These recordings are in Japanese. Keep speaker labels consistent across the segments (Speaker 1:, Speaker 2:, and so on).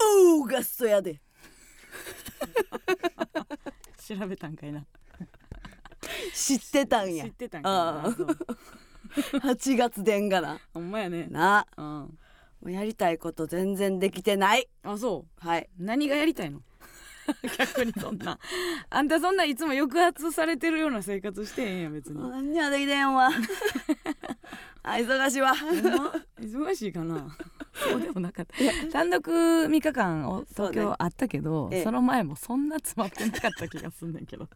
Speaker 1: オーガストやで
Speaker 2: 調べたんかいな
Speaker 1: 知ってたん
Speaker 2: 知
Speaker 1: や
Speaker 2: ってたんかい
Speaker 1: あ
Speaker 2: な
Speaker 1: ー
Speaker 2: そう
Speaker 1: 8月でんがな
Speaker 2: ほんまやね
Speaker 1: な
Speaker 2: うん
Speaker 1: もうやりたいこと全然できてない
Speaker 2: あそう
Speaker 1: はい
Speaker 2: 何がやりたいの 逆にそ んなあんたそんないつも抑圧されてるような生活してへんやん別に
Speaker 1: もう何にもできてへんわあ忙しいわ
Speaker 2: 忙しい かなそうでもなかった単独3日間を
Speaker 1: そう
Speaker 2: 東
Speaker 1: ね
Speaker 2: 京あったけどそ,、
Speaker 1: ええ
Speaker 2: の前もそんな詰まってなかった気がすんね んけど、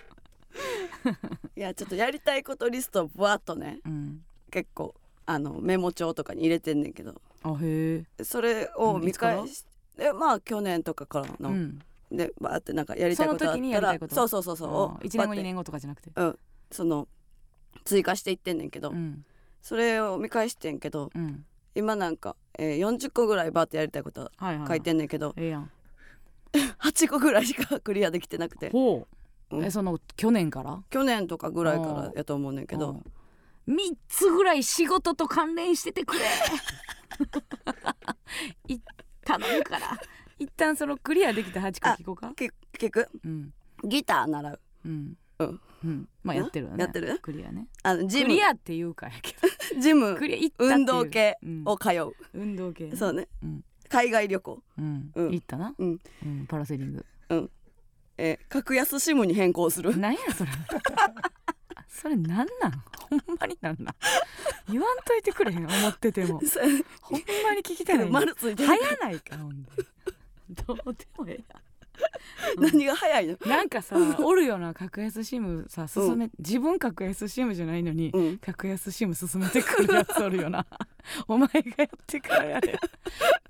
Speaker 1: いやちょっとやりたいことリストをぶわっとね
Speaker 2: うん、
Speaker 1: 結構あのメモ帳とかに入れてんねんけど
Speaker 2: あへえ
Speaker 1: それを見返しでまあ去年とかから
Speaker 2: う
Speaker 1: の、
Speaker 2: ん
Speaker 1: でバーってなんかやりたいことあ
Speaker 2: その時に
Speaker 1: っ
Speaker 2: や
Speaker 1: た
Speaker 2: りた
Speaker 1: ら
Speaker 2: いこと
Speaker 1: そうそうそうそうを
Speaker 2: 1年後
Speaker 1: バーって
Speaker 2: 2年後とかじゃなくて
Speaker 1: うんその追加していってんねんけど、
Speaker 2: うん
Speaker 1: それを見返してんけど
Speaker 2: うん
Speaker 1: 今なんか、えー、40個ぐらいバーってやりたいこと
Speaker 2: はいはい
Speaker 1: 書いてんねんけど、
Speaker 2: ええやん
Speaker 1: 8個ぐらいしかクリアできてなくて
Speaker 2: ほう、
Speaker 1: うん
Speaker 2: えその去年から
Speaker 1: 去年とかぐらいからやと思うねんけ
Speaker 2: う
Speaker 1: ど
Speaker 2: ん三つぐらい仕事と関連しててく れい頼むから一旦そのクリアできた八個聞こうか
Speaker 1: け結局
Speaker 2: うん
Speaker 1: ギター習う
Speaker 2: うん
Speaker 1: うん
Speaker 2: うんまあやってるよね
Speaker 1: やってる
Speaker 2: クリアね
Speaker 1: あのジ
Speaker 2: ク
Speaker 1: ム
Speaker 2: リアっていうかやけ
Speaker 1: ジ
Speaker 2: ど
Speaker 1: ム
Speaker 2: クリア行ったっていう
Speaker 1: 運動系
Speaker 2: うん
Speaker 1: を通う、
Speaker 2: 運動系
Speaker 1: そうね、
Speaker 2: うん
Speaker 1: 海外旅行、
Speaker 2: うん
Speaker 1: うん
Speaker 2: 行ったな
Speaker 1: うん
Speaker 2: うんパラセーリング
Speaker 1: えー格安シムに変更す る
Speaker 2: なんやそれ それなんなんほんまになんなん言わんといてくれへん思ってても
Speaker 1: そう
Speaker 2: ほんまに聞きたいのに
Speaker 1: 丸ついてる
Speaker 2: 早ないかほんで どうでもええ
Speaker 1: 何が早いの、
Speaker 2: やんなんかさおるよな格安シムさ進め、自分格安シムじゃないのに、
Speaker 1: うん、
Speaker 2: 格安シム進めてくるやつおる よなお前がやってからやれ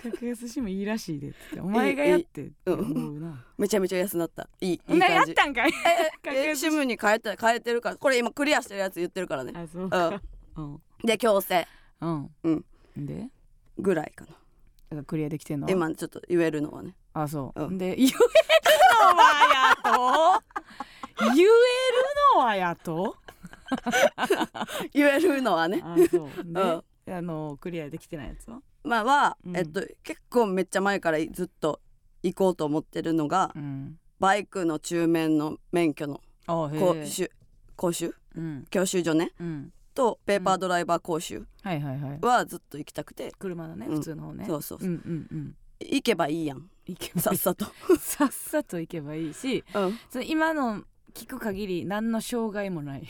Speaker 2: 格安シムいいらしいでって言ってお前がやってって思うな
Speaker 1: めちゃめちゃ安なったいいいい
Speaker 2: なや
Speaker 1: 感
Speaker 2: っ
Speaker 1: じ
Speaker 2: たんかい格
Speaker 1: え
Speaker 2: 安
Speaker 1: シムに変えた変えてるからこれ今クリアしてるやつ言ってるからね
Speaker 2: あそうかうん
Speaker 1: で強制
Speaker 2: うん、
Speaker 1: うん
Speaker 2: でだか
Speaker 1: ぐらいかな
Speaker 2: らクリアできてんの
Speaker 1: 今ちょっと言えるのはね
Speaker 2: あそう、
Speaker 1: うん
Speaker 2: で言えるのはやと言えるのはやと
Speaker 1: 言えるのはね
Speaker 2: あそうで、あのクリアできてないやつは、
Speaker 1: まあは、
Speaker 2: うん
Speaker 1: えっと結構めっちゃ前からずっと行こうと思ってるのが
Speaker 2: うん、
Speaker 1: バイクの中免の免許の
Speaker 2: あへ
Speaker 1: 講
Speaker 2: え、
Speaker 1: 習講習
Speaker 2: うん
Speaker 1: 教習所ね
Speaker 2: うん、
Speaker 1: とペーパードライバー講習
Speaker 2: はいはいはい
Speaker 1: はずっと行きたくて、
Speaker 2: 車のね
Speaker 1: うん
Speaker 2: 普通の方ね、
Speaker 1: そうそうそう
Speaker 2: うんうんうん
Speaker 1: 行けばいいや ん
Speaker 2: 行けば
Speaker 1: さ
Speaker 2: い
Speaker 1: っ
Speaker 2: い
Speaker 1: さと、
Speaker 2: さっさと行けばいいし
Speaker 1: うん、
Speaker 2: その今の聞く限り何の障害も ない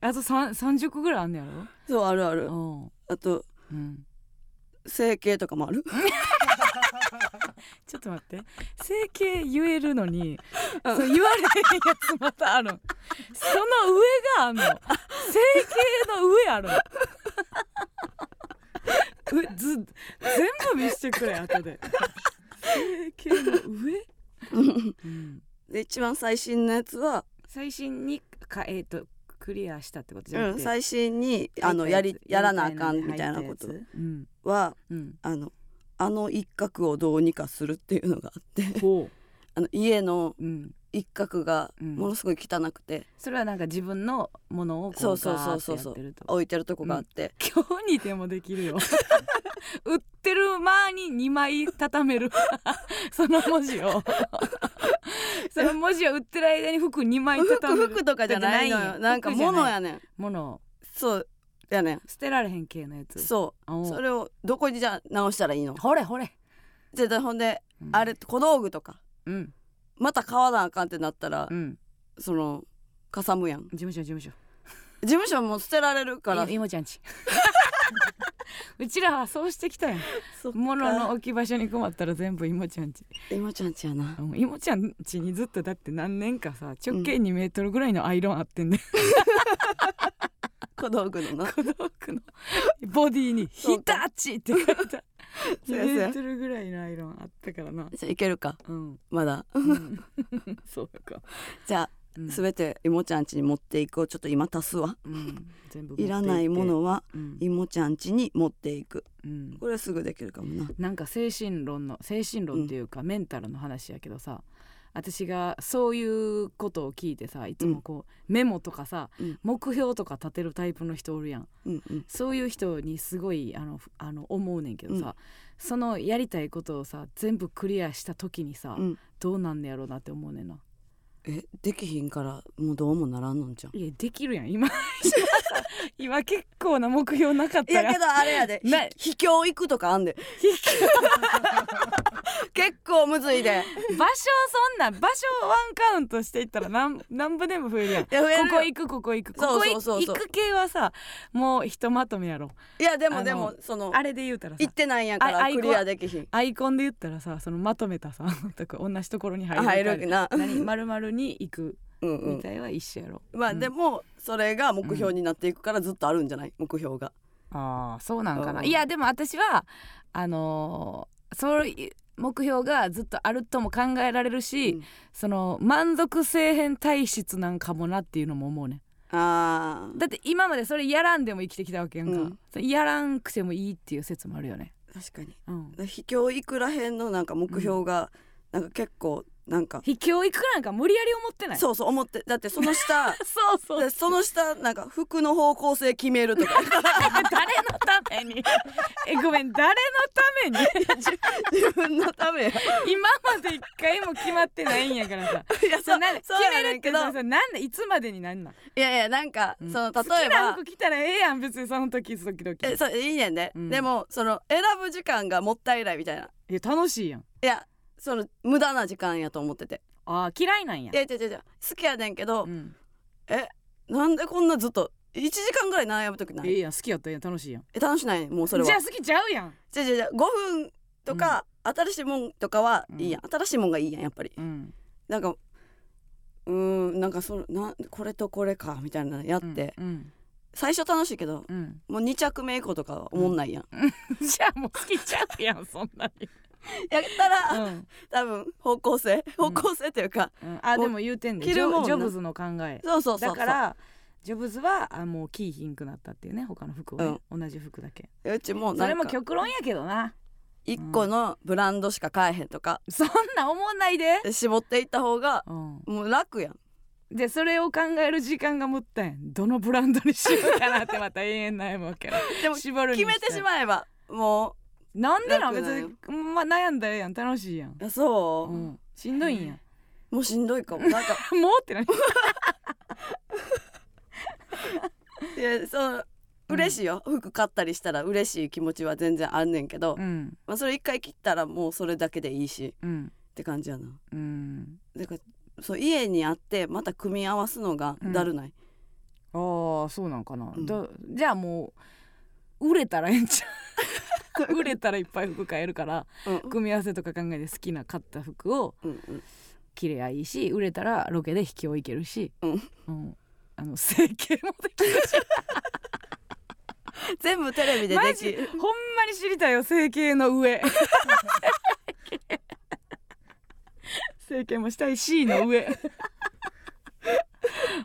Speaker 2: あとさん30個ぐらいあんねや
Speaker 1: そうあるある
Speaker 2: ろ
Speaker 1: あと
Speaker 2: うん、うん、
Speaker 1: 整形とかもある
Speaker 2: ちょっと待って整形言えるのに、
Speaker 1: うん
Speaker 2: そう言われへんやつまたあるんその上があんの整形の上あるん うず全部見してくれ後で整形の上、うん、
Speaker 1: で一番最新のやつは、
Speaker 2: 最新にかえっ、とクリアしたってことじ
Speaker 1: う
Speaker 2: ゃなく
Speaker 1: ん、
Speaker 2: て、
Speaker 1: 最新にあのやりやらなあかんみたいなこと
Speaker 2: うん
Speaker 1: は
Speaker 2: うん
Speaker 1: あのあの一角をどうにかするっていうのがあって
Speaker 2: こ
Speaker 1: あの家の
Speaker 2: う、うん、
Speaker 1: 一角が
Speaker 2: うん
Speaker 1: ものすごい汚くて、
Speaker 2: それはなんか自分のものをこう
Speaker 1: そうそう
Speaker 2: ガ
Speaker 1: そ
Speaker 2: ー
Speaker 1: う
Speaker 2: ッて
Speaker 1: そう
Speaker 2: や
Speaker 1: そう
Speaker 2: ってると
Speaker 1: 置いてるとこがあって、
Speaker 2: 今日にでもできるよ売ってる間に2枚畳める その文字 をその文字を売ってる間に服2枚
Speaker 1: 服
Speaker 2: 畳める
Speaker 1: 服とかじゃないの
Speaker 2: じゃないん
Speaker 1: よ
Speaker 2: や
Speaker 1: なんか
Speaker 2: 服じゃない
Speaker 1: 物やねん
Speaker 2: 物を
Speaker 1: そうやねん
Speaker 2: 捨てられへん系のやつ
Speaker 1: そ
Speaker 2: お
Speaker 1: う
Speaker 2: う
Speaker 1: それをどこにじゃあ直したらいいの
Speaker 2: ほれほれ、
Speaker 1: ででほんで
Speaker 2: うん
Speaker 1: あれ小道具とか
Speaker 2: うん
Speaker 1: また買わなあかんってなったら、
Speaker 2: うん
Speaker 1: そのかさむやん
Speaker 2: 事務所事務所
Speaker 1: 事務所も捨てられるから
Speaker 2: いいもちゃんち うちらはそうしてきたやん
Speaker 1: そっか
Speaker 2: 物の置き場所に困ったら全部いもちゃんち
Speaker 1: 今ちゃんちやな
Speaker 2: うんいもちゃんちにずっとだって何年かさ直径2メートルぐらいのアイロンあってんね
Speaker 1: 小道具 のな
Speaker 2: 小道具のボディに「
Speaker 1: そ
Speaker 2: 日
Speaker 1: うか
Speaker 2: 立」って書いた
Speaker 1: そうや
Speaker 2: 2
Speaker 1: そう
Speaker 2: メ
Speaker 1: や
Speaker 2: ートルぐらいのアイロンあったからな
Speaker 1: じゃあいけるか
Speaker 2: うん、
Speaker 1: まだ
Speaker 2: うん、そうか、
Speaker 1: じゃあ
Speaker 2: うん
Speaker 1: すべていもちゃんちに持っていくをちょっと今足すわ
Speaker 2: うん、全部持ってって
Speaker 1: いらないも、のは
Speaker 2: うん
Speaker 1: いもちゃんちに持っていく
Speaker 2: うん
Speaker 1: これすぐできるかもな
Speaker 2: なんか精神論の精神論っていうか、メンタルの話やけどさ私がそういうことを聞いてさいつもこう、メモとかさ、
Speaker 1: うん
Speaker 2: 目標とか立てるタイプの人おるやん
Speaker 1: うんうん
Speaker 2: そういう人にすごいあのふあの思うねんけどさ、そのやりたいことをさ全部クリアした時にさ、
Speaker 1: うん
Speaker 2: どうなんねやろうなって思うねんな。
Speaker 1: えできひんからもうどうもならんのんじゃん
Speaker 2: いやできるやん今 今さ今結構な目標なかっ
Speaker 1: い
Speaker 2: た
Speaker 1: や
Speaker 2: ら
Speaker 1: けどあれやで
Speaker 2: ない
Speaker 1: ひ秘境行くとかあん で結構むずいで
Speaker 2: 場所そんな場所ワンカウントしていったらなんなんぼでも増えるやん
Speaker 1: いや増えるよ
Speaker 2: ここ行くここ行くこ
Speaker 1: そう
Speaker 2: こ
Speaker 1: そうそう
Speaker 2: 行
Speaker 1: そう
Speaker 2: く系はさもうひとまとめやろ
Speaker 1: いやで
Speaker 2: あ
Speaker 1: も
Speaker 2: の
Speaker 1: でもその
Speaker 2: あれで言うたらさ
Speaker 1: 行ってないんやか
Speaker 2: あ
Speaker 1: ら
Speaker 2: あいこ
Speaker 1: クリアできひん
Speaker 2: アイコンで言ったらさそのまとめたさ とか同じところに入
Speaker 1: あ
Speaker 2: る
Speaker 1: 入
Speaker 2: から
Speaker 1: るな
Speaker 2: 何まるまるに行く
Speaker 1: うんう
Speaker 2: み
Speaker 1: ん
Speaker 2: たいは一緒やろ、
Speaker 1: まあ
Speaker 2: うん
Speaker 1: でもそれが目標になっていくからずっとあるんじゃない目標が
Speaker 2: ああそうなんかな、
Speaker 1: うん
Speaker 2: いやでも私はあのーそういう目標がずっとあるとも考えられるし、
Speaker 1: うん
Speaker 2: その満足せえへん体質なんかもなっていうのも思うねん
Speaker 1: あー
Speaker 2: だって今までそれやらんでも生きてきたわけやんか、
Speaker 1: うん
Speaker 2: それやらんくせもいいっていう説もあるよね、
Speaker 1: 確かに
Speaker 2: うん、
Speaker 1: 秘境いくらへんのなんか目標がなんか結構なんか
Speaker 2: 秘境行くなんか無理やり思ってない
Speaker 1: そうそう思ってだってその下
Speaker 2: そうそう
Speaker 1: でその下なんか服の方向性決めると か
Speaker 2: 誰のため にえごめん誰のために
Speaker 1: 自分のためや
Speaker 2: 今まで一回も決まってないんやからさ
Speaker 1: いや
Speaker 2: そ
Speaker 1: そう
Speaker 2: なんで決
Speaker 1: そうや
Speaker 2: め
Speaker 1: ね
Speaker 2: るっ
Speaker 1: ん
Speaker 2: て
Speaker 1: けど
Speaker 2: さそうなんでいつまでになんなん
Speaker 1: いやいやなんか、
Speaker 2: うん
Speaker 1: その例
Speaker 2: 好
Speaker 1: え
Speaker 2: きな
Speaker 1: ば
Speaker 2: 服着たらええやん別にその時々々
Speaker 1: えそういいねんで、
Speaker 2: うん
Speaker 1: でもその選ぶ時間がもったいないみたいない
Speaker 2: や楽しいやん
Speaker 1: いやその無駄な時間やと思ってて
Speaker 2: あー嫌いなんや
Speaker 1: いや違う違う違う好きやねんけど
Speaker 2: う、ん、
Speaker 1: なんでこんなずっと1時間ぐらい悩む時な
Speaker 2: ええ
Speaker 1: い
Speaker 2: やん好きやったらええやん楽しいやん
Speaker 1: え楽しないねんもうそれは
Speaker 2: じゃあ好きちゃうやん
Speaker 1: 違う違う違う5分とか、新しいもんとかはいいやん、新しいもんがいいやんやっぱり
Speaker 2: うん
Speaker 1: なんかうーんなんかそのなんこれとこれかみたいなのやって、
Speaker 2: うん
Speaker 1: 最初楽しいけど
Speaker 2: うん、うん
Speaker 1: もう2着目以降とかは思んないやん、
Speaker 2: じゃあもう好きちゃうやんそんな に。
Speaker 1: やったら、
Speaker 2: うん、
Speaker 1: 多分方向性方向性というか、
Speaker 2: うん、あでも言うてんねジ
Speaker 1: 着るもん
Speaker 2: ョ
Speaker 1: な
Speaker 2: ジョブズの考え。
Speaker 1: そうそうそうそ
Speaker 2: だ
Speaker 1: う
Speaker 2: からジョブズはあもうキーひんくなったっていうね他の服をね、同じ服だけ。
Speaker 1: うちも
Speaker 2: そ
Speaker 1: な
Speaker 2: れ
Speaker 1: ん
Speaker 2: も
Speaker 1: か
Speaker 2: 極論やけどな。
Speaker 1: 一個のブランドしか買えへんとか
Speaker 2: そんな思わないで。
Speaker 1: 絞っていった方が
Speaker 2: うん、
Speaker 1: もう楽やん
Speaker 2: でそれを考える時間がもったいんどのブランドにしようかなってまた永遠悩むわけよ
Speaker 1: でも
Speaker 2: 絞るに
Speaker 1: 決めてしまえばも
Speaker 2: うなんでな
Speaker 1: 楽
Speaker 2: ん別
Speaker 1: なんよ
Speaker 2: に、まあ、悩んだらええやん楽しいやん、
Speaker 1: うあそう、
Speaker 2: うん、しんどいんや
Speaker 1: もうしんどいかもなん か
Speaker 2: もうって何
Speaker 1: いやそう嬉しいよ、服買ったりしたら嬉しい気持ちは全然あんねんけど、
Speaker 2: うん
Speaker 1: まあ、それ一回切ったらもうそれだけでいいし
Speaker 2: うん
Speaker 1: って感じやな
Speaker 2: うん
Speaker 1: だからそう家にあってまた組み合わすのがだるない、
Speaker 2: ああそうなんかな、
Speaker 1: うん
Speaker 2: だじゃあもう売れたらええんちゃう 売れたらいっぱい服買えるから
Speaker 1: うん
Speaker 2: 組み合わせとか考えて好きな買った服を
Speaker 1: うんうん
Speaker 2: 着ればいいし売れたらロケで引きをいけるし、
Speaker 1: うん
Speaker 2: うんあの整形もできる
Speaker 1: 全部テレビで
Speaker 2: マ
Speaker 1: で
Speaker 2: ジ
Speaker 1: き
Speaker 2: ほんまに知りたいよ整形の上整形もしたいしの上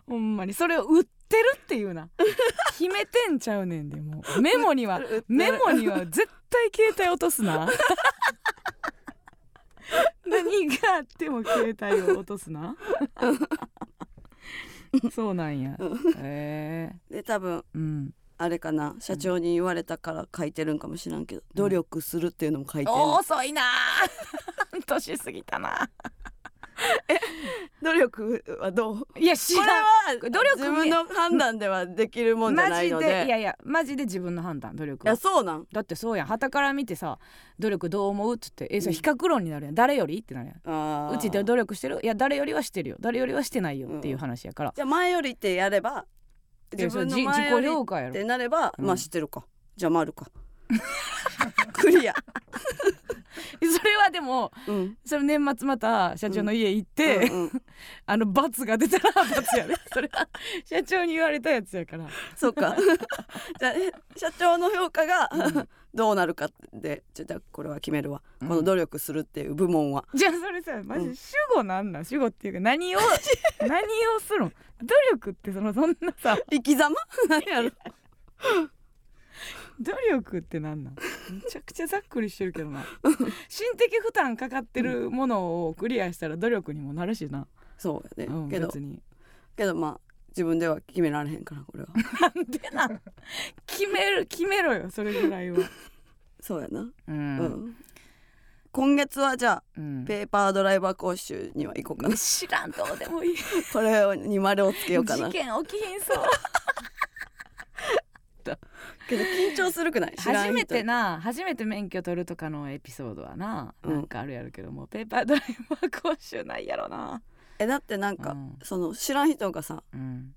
Speaker 2: ほんまにそれを売ってるっていうな決めてんちゃうねんでもうメモには
Speaker 1: 売ってる
Speaker 2: メモには絶対携帯落とすな何があっても携帯を落とすなそうなんやへえ
Speaker 1: で多分
Speaker 2: うん
Speaker 1: あれかな社長に言われたから書いてるんかもしらんけど、努力するっていうのも書いてる、
Speaker 2: 遅いな あ年過ぎたな
Speaker 1: 努力はどう こ
Speaker 2: いや知
Speaker 1: れ
Speaker 2: らん
Speaker 1: は
Speaker 2: 努力
Speaker 1: 自分の判断ではできるもんじゃ
Speaker 2: マ
Speaker 1: な
Speaker 2: ジ
Speaker 1: い
Speaker 2: で
Speaker 1: の
Speaker 2: い
Speaker 1: でいや
Speaker 2: やいやマジで自分の判断努力は
Speaker 1: そうなん
Speaker 2: だってそうやん旗から見てさ努力どう思うっつってえそれ比較論になるやん誰よりってなるやん
Speaker 1: あー
Speaker 2: うちで努力してるいや誰よりはしてるよ誰よりはしてないよっていう話やから、
Speaker 1: じゃあ前よりってやれば
Speaker 2: い
Speaker 1: 自
Speaker 2: やそれ
Speaker 1: 分の
Speaker 2: じ
Speaker 1: 前よ
Speaker 2: 自己
Speaker 1: りっ
Speaker 2: 評価やろ
Speaker 1: てなれば、
Speaker 2: うん
Speaker 1: まあ知ってるかじゃあ丸か クリア、
Speaker 2: それはでも
Speaker 1: うん、
Speaker 2: それ年末また社長の家行って、
Speaker 1: うんうん
Speaker 2: あの罰が出たら罰やねそれは社長に言われたやつやから
Speaker 1: そうか じゃあえ社長の評価が、
Speaker 2: ん
Speaker 1: どうなるかでちょっとこれは決めるわ、
Speaker 2: うん
Speaker 1: この努力するっていう部門は
Speaker 2: じゃあそれさマ
Speaker 1: う
Speaker 2: ジ
Speaker 1: ん
Speaker 2: 主語なんなん主語っていうか何を何をするん努 力ってそのそんなさ
Speaker 1: 生き様何やろ
Speaker 2: 努力ってなんなんめちゃくちゃざっくりしてるけどな心的負担かかってるものをクリアしたら努力にもなるしな、
Speaker 1: そうや
Speaker 2: う
Speaker 1: ね、
Speaker 2: ん、
Speaker 1: けど
Speaker 2: 別に
Speaker 1: けどまあ自分では決められへんからこれは
Speaker 2: なんでなん決める決めろよそれぐらいは
Speaker 1: そうやな、
Speaker 2: う
Speaker 1: うんん今月はじゃあ
Speaker 2: うん
Speaker 1: ペーパードライバー講習には行こうか な
Speaker 2: 知らんどうでも いい
Speaker 1: これに丸をつけようかな
Speaker 2: 事件起きひんそう
Speaker 1: けど緊張するくない知らん
Speaker 2: 初
Speaker 1: 人
Speaker 2: めてな初めて免許取るとかのエピソードはな、
Speaker 1: うん
Speaker 2: なんかあるやるけどもペーパードライバー講習ないやろな
Speaker 1: えだってなん
Speaker 2: う
Speaker 1: か、
Speaker 2: ん
Speaker 1: その知らん人がさ
Speaker 2: うん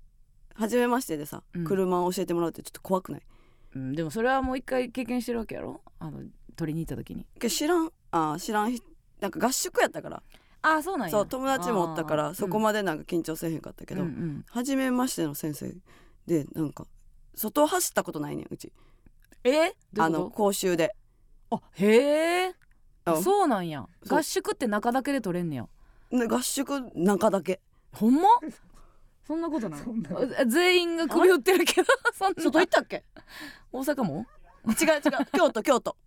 Speaker 1: 初めましてでさ、
Speaker 2: うん
Speaker 1: 車を教えてもらうってちょっと怖くない
Speaker 2: うん、でもそれはもう一回経験してるわけやろあの取りに行った時に
Speaker 1: けど知らんあー知らん人なんか合宿やったから
Speaker 2: ああそうなんや
Speaker 1: そう友達もおったからそこ
Speaker 2: だ
Speaker 1: までなんか緊張せえへんかったけど、
Speaker 2: うんうん
Speaker 1: 初めましての先生でなんか外を走ったことないねんうち
Speaker 2: えどう
Speaker 1: あ
Speaker 2: いう
Speaker 1: の
Speaker 2: こ
Speaker 1: 講習で
Speaker 2: とあへえ
Speaker 1: うん
Speaker 2: そうなんや
Speaker 1: そう
Speaker 2: 合宿って中だけで取れんねや
Speaker 1: ね合宿中だけ
Speaker 2: ほんまそんなことない
Speaker 3: そんな
Speaker 2: 全員が首振ってるけどそんな
Speaker 1: 外行ったっけ
Speaker 2: 大阪も
Speaker 1: 違う違う 京都京都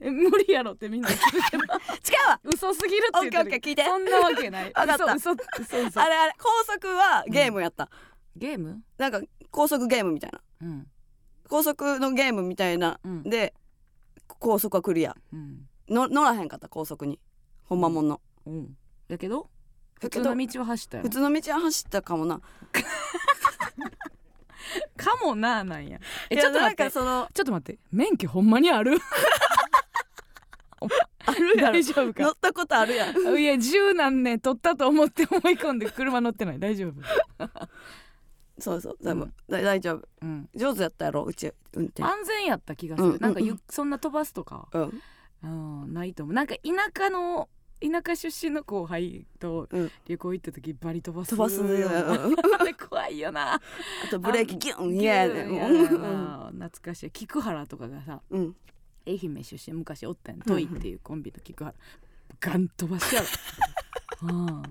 Speaker 2: え無理やろってみんな言ってるけ ど
Speaker 1: 違うわ
Speaker 2: 嘘すぎる
Speaker 1: オ
Speaker 2: って言
Speaker 1: ッ
Speaker 2: っ
Speaker 1: ケー
Speaker 2: て
Speaker 1: オッ
Speaker 2: る
Speaker 1: ケー聞い
Speaker 2: けど
Speaker 1: て
Speaker 2: そんなわけない。
Speaker 1: わかった
Speaker 2: 嘘嘘嘘嘘
Speaker 1: あれあれ高速はゲームやった、
Speaker 2: ゲーム？
Speaker 1: なんか高速ゲームみたいな
Speaker 2: うん
Speaker 1: 高速のゲームみたいな
Speaker 2: うん
Speaker 1: で高速はクリア
Speaker 2: うん
Speaker 1: の乗らへんかった高速にほんまもんの
Speaker 2: うん。だけど普
Speaker 1: だ
Speaker 2: 通
Speaker 1: けど
Speaker 2: の道を走ったよ
Speaker 1: 普。通の道は走ったかもな
Speaker 2: かもなあなんや。え
Speaker 1: いや
Speaker 2: ちょっと待っ
Speaker 1: なん
Speaker 2: て
Speaker 1: か。その
Speaker 2: ちょっと待って免許ほんま にある？お前大丈夫
Speaker 1: 乗
Speaker 2: か
Speaker 1: っ。たことあるやん
Speaker 2: いや十何年取ったと思って思い込んで車乗ってない大丈夫。
Speaker 1: そうそう多分、
Speaker 2: うん
Speaker 1: だ大丈夫
Speaker 2: うん。
Speaker 1: 上手やったやろうち運転
Speaker 2: 安全やった気がする。
Speaker 1: うん
Speaker 2: なんかゆ
Speaker 1: うん
Speaker 2: そんな飛ばすとか、
Speaker 1: うん
Speaker 2: うん、ないと思う。なんか田舎の田舎出身の後輩と
Speaker 1: うん
Speaker 2: 旅行行った時バリ飛ばす
Speaker 1: 飛ばすよ、
Speaker 2: よ な
Speaker 1: うん
Speaker 2: あれ怖いよな
Speaker 1: あとブレーキギュン
Speaker 2: い
Speaker 1: イエ
Speaker 2: や
Speaker 1: ーでも
Speaker 2: 懐かしい菊原とかがさ
Speaker 1: ううん
Speaker 2: 愛媛出身昔おったやん
Speaker 1: うん
Speaker 2: トイっていうコンビの菊原ガン飛ばし やろ、うん、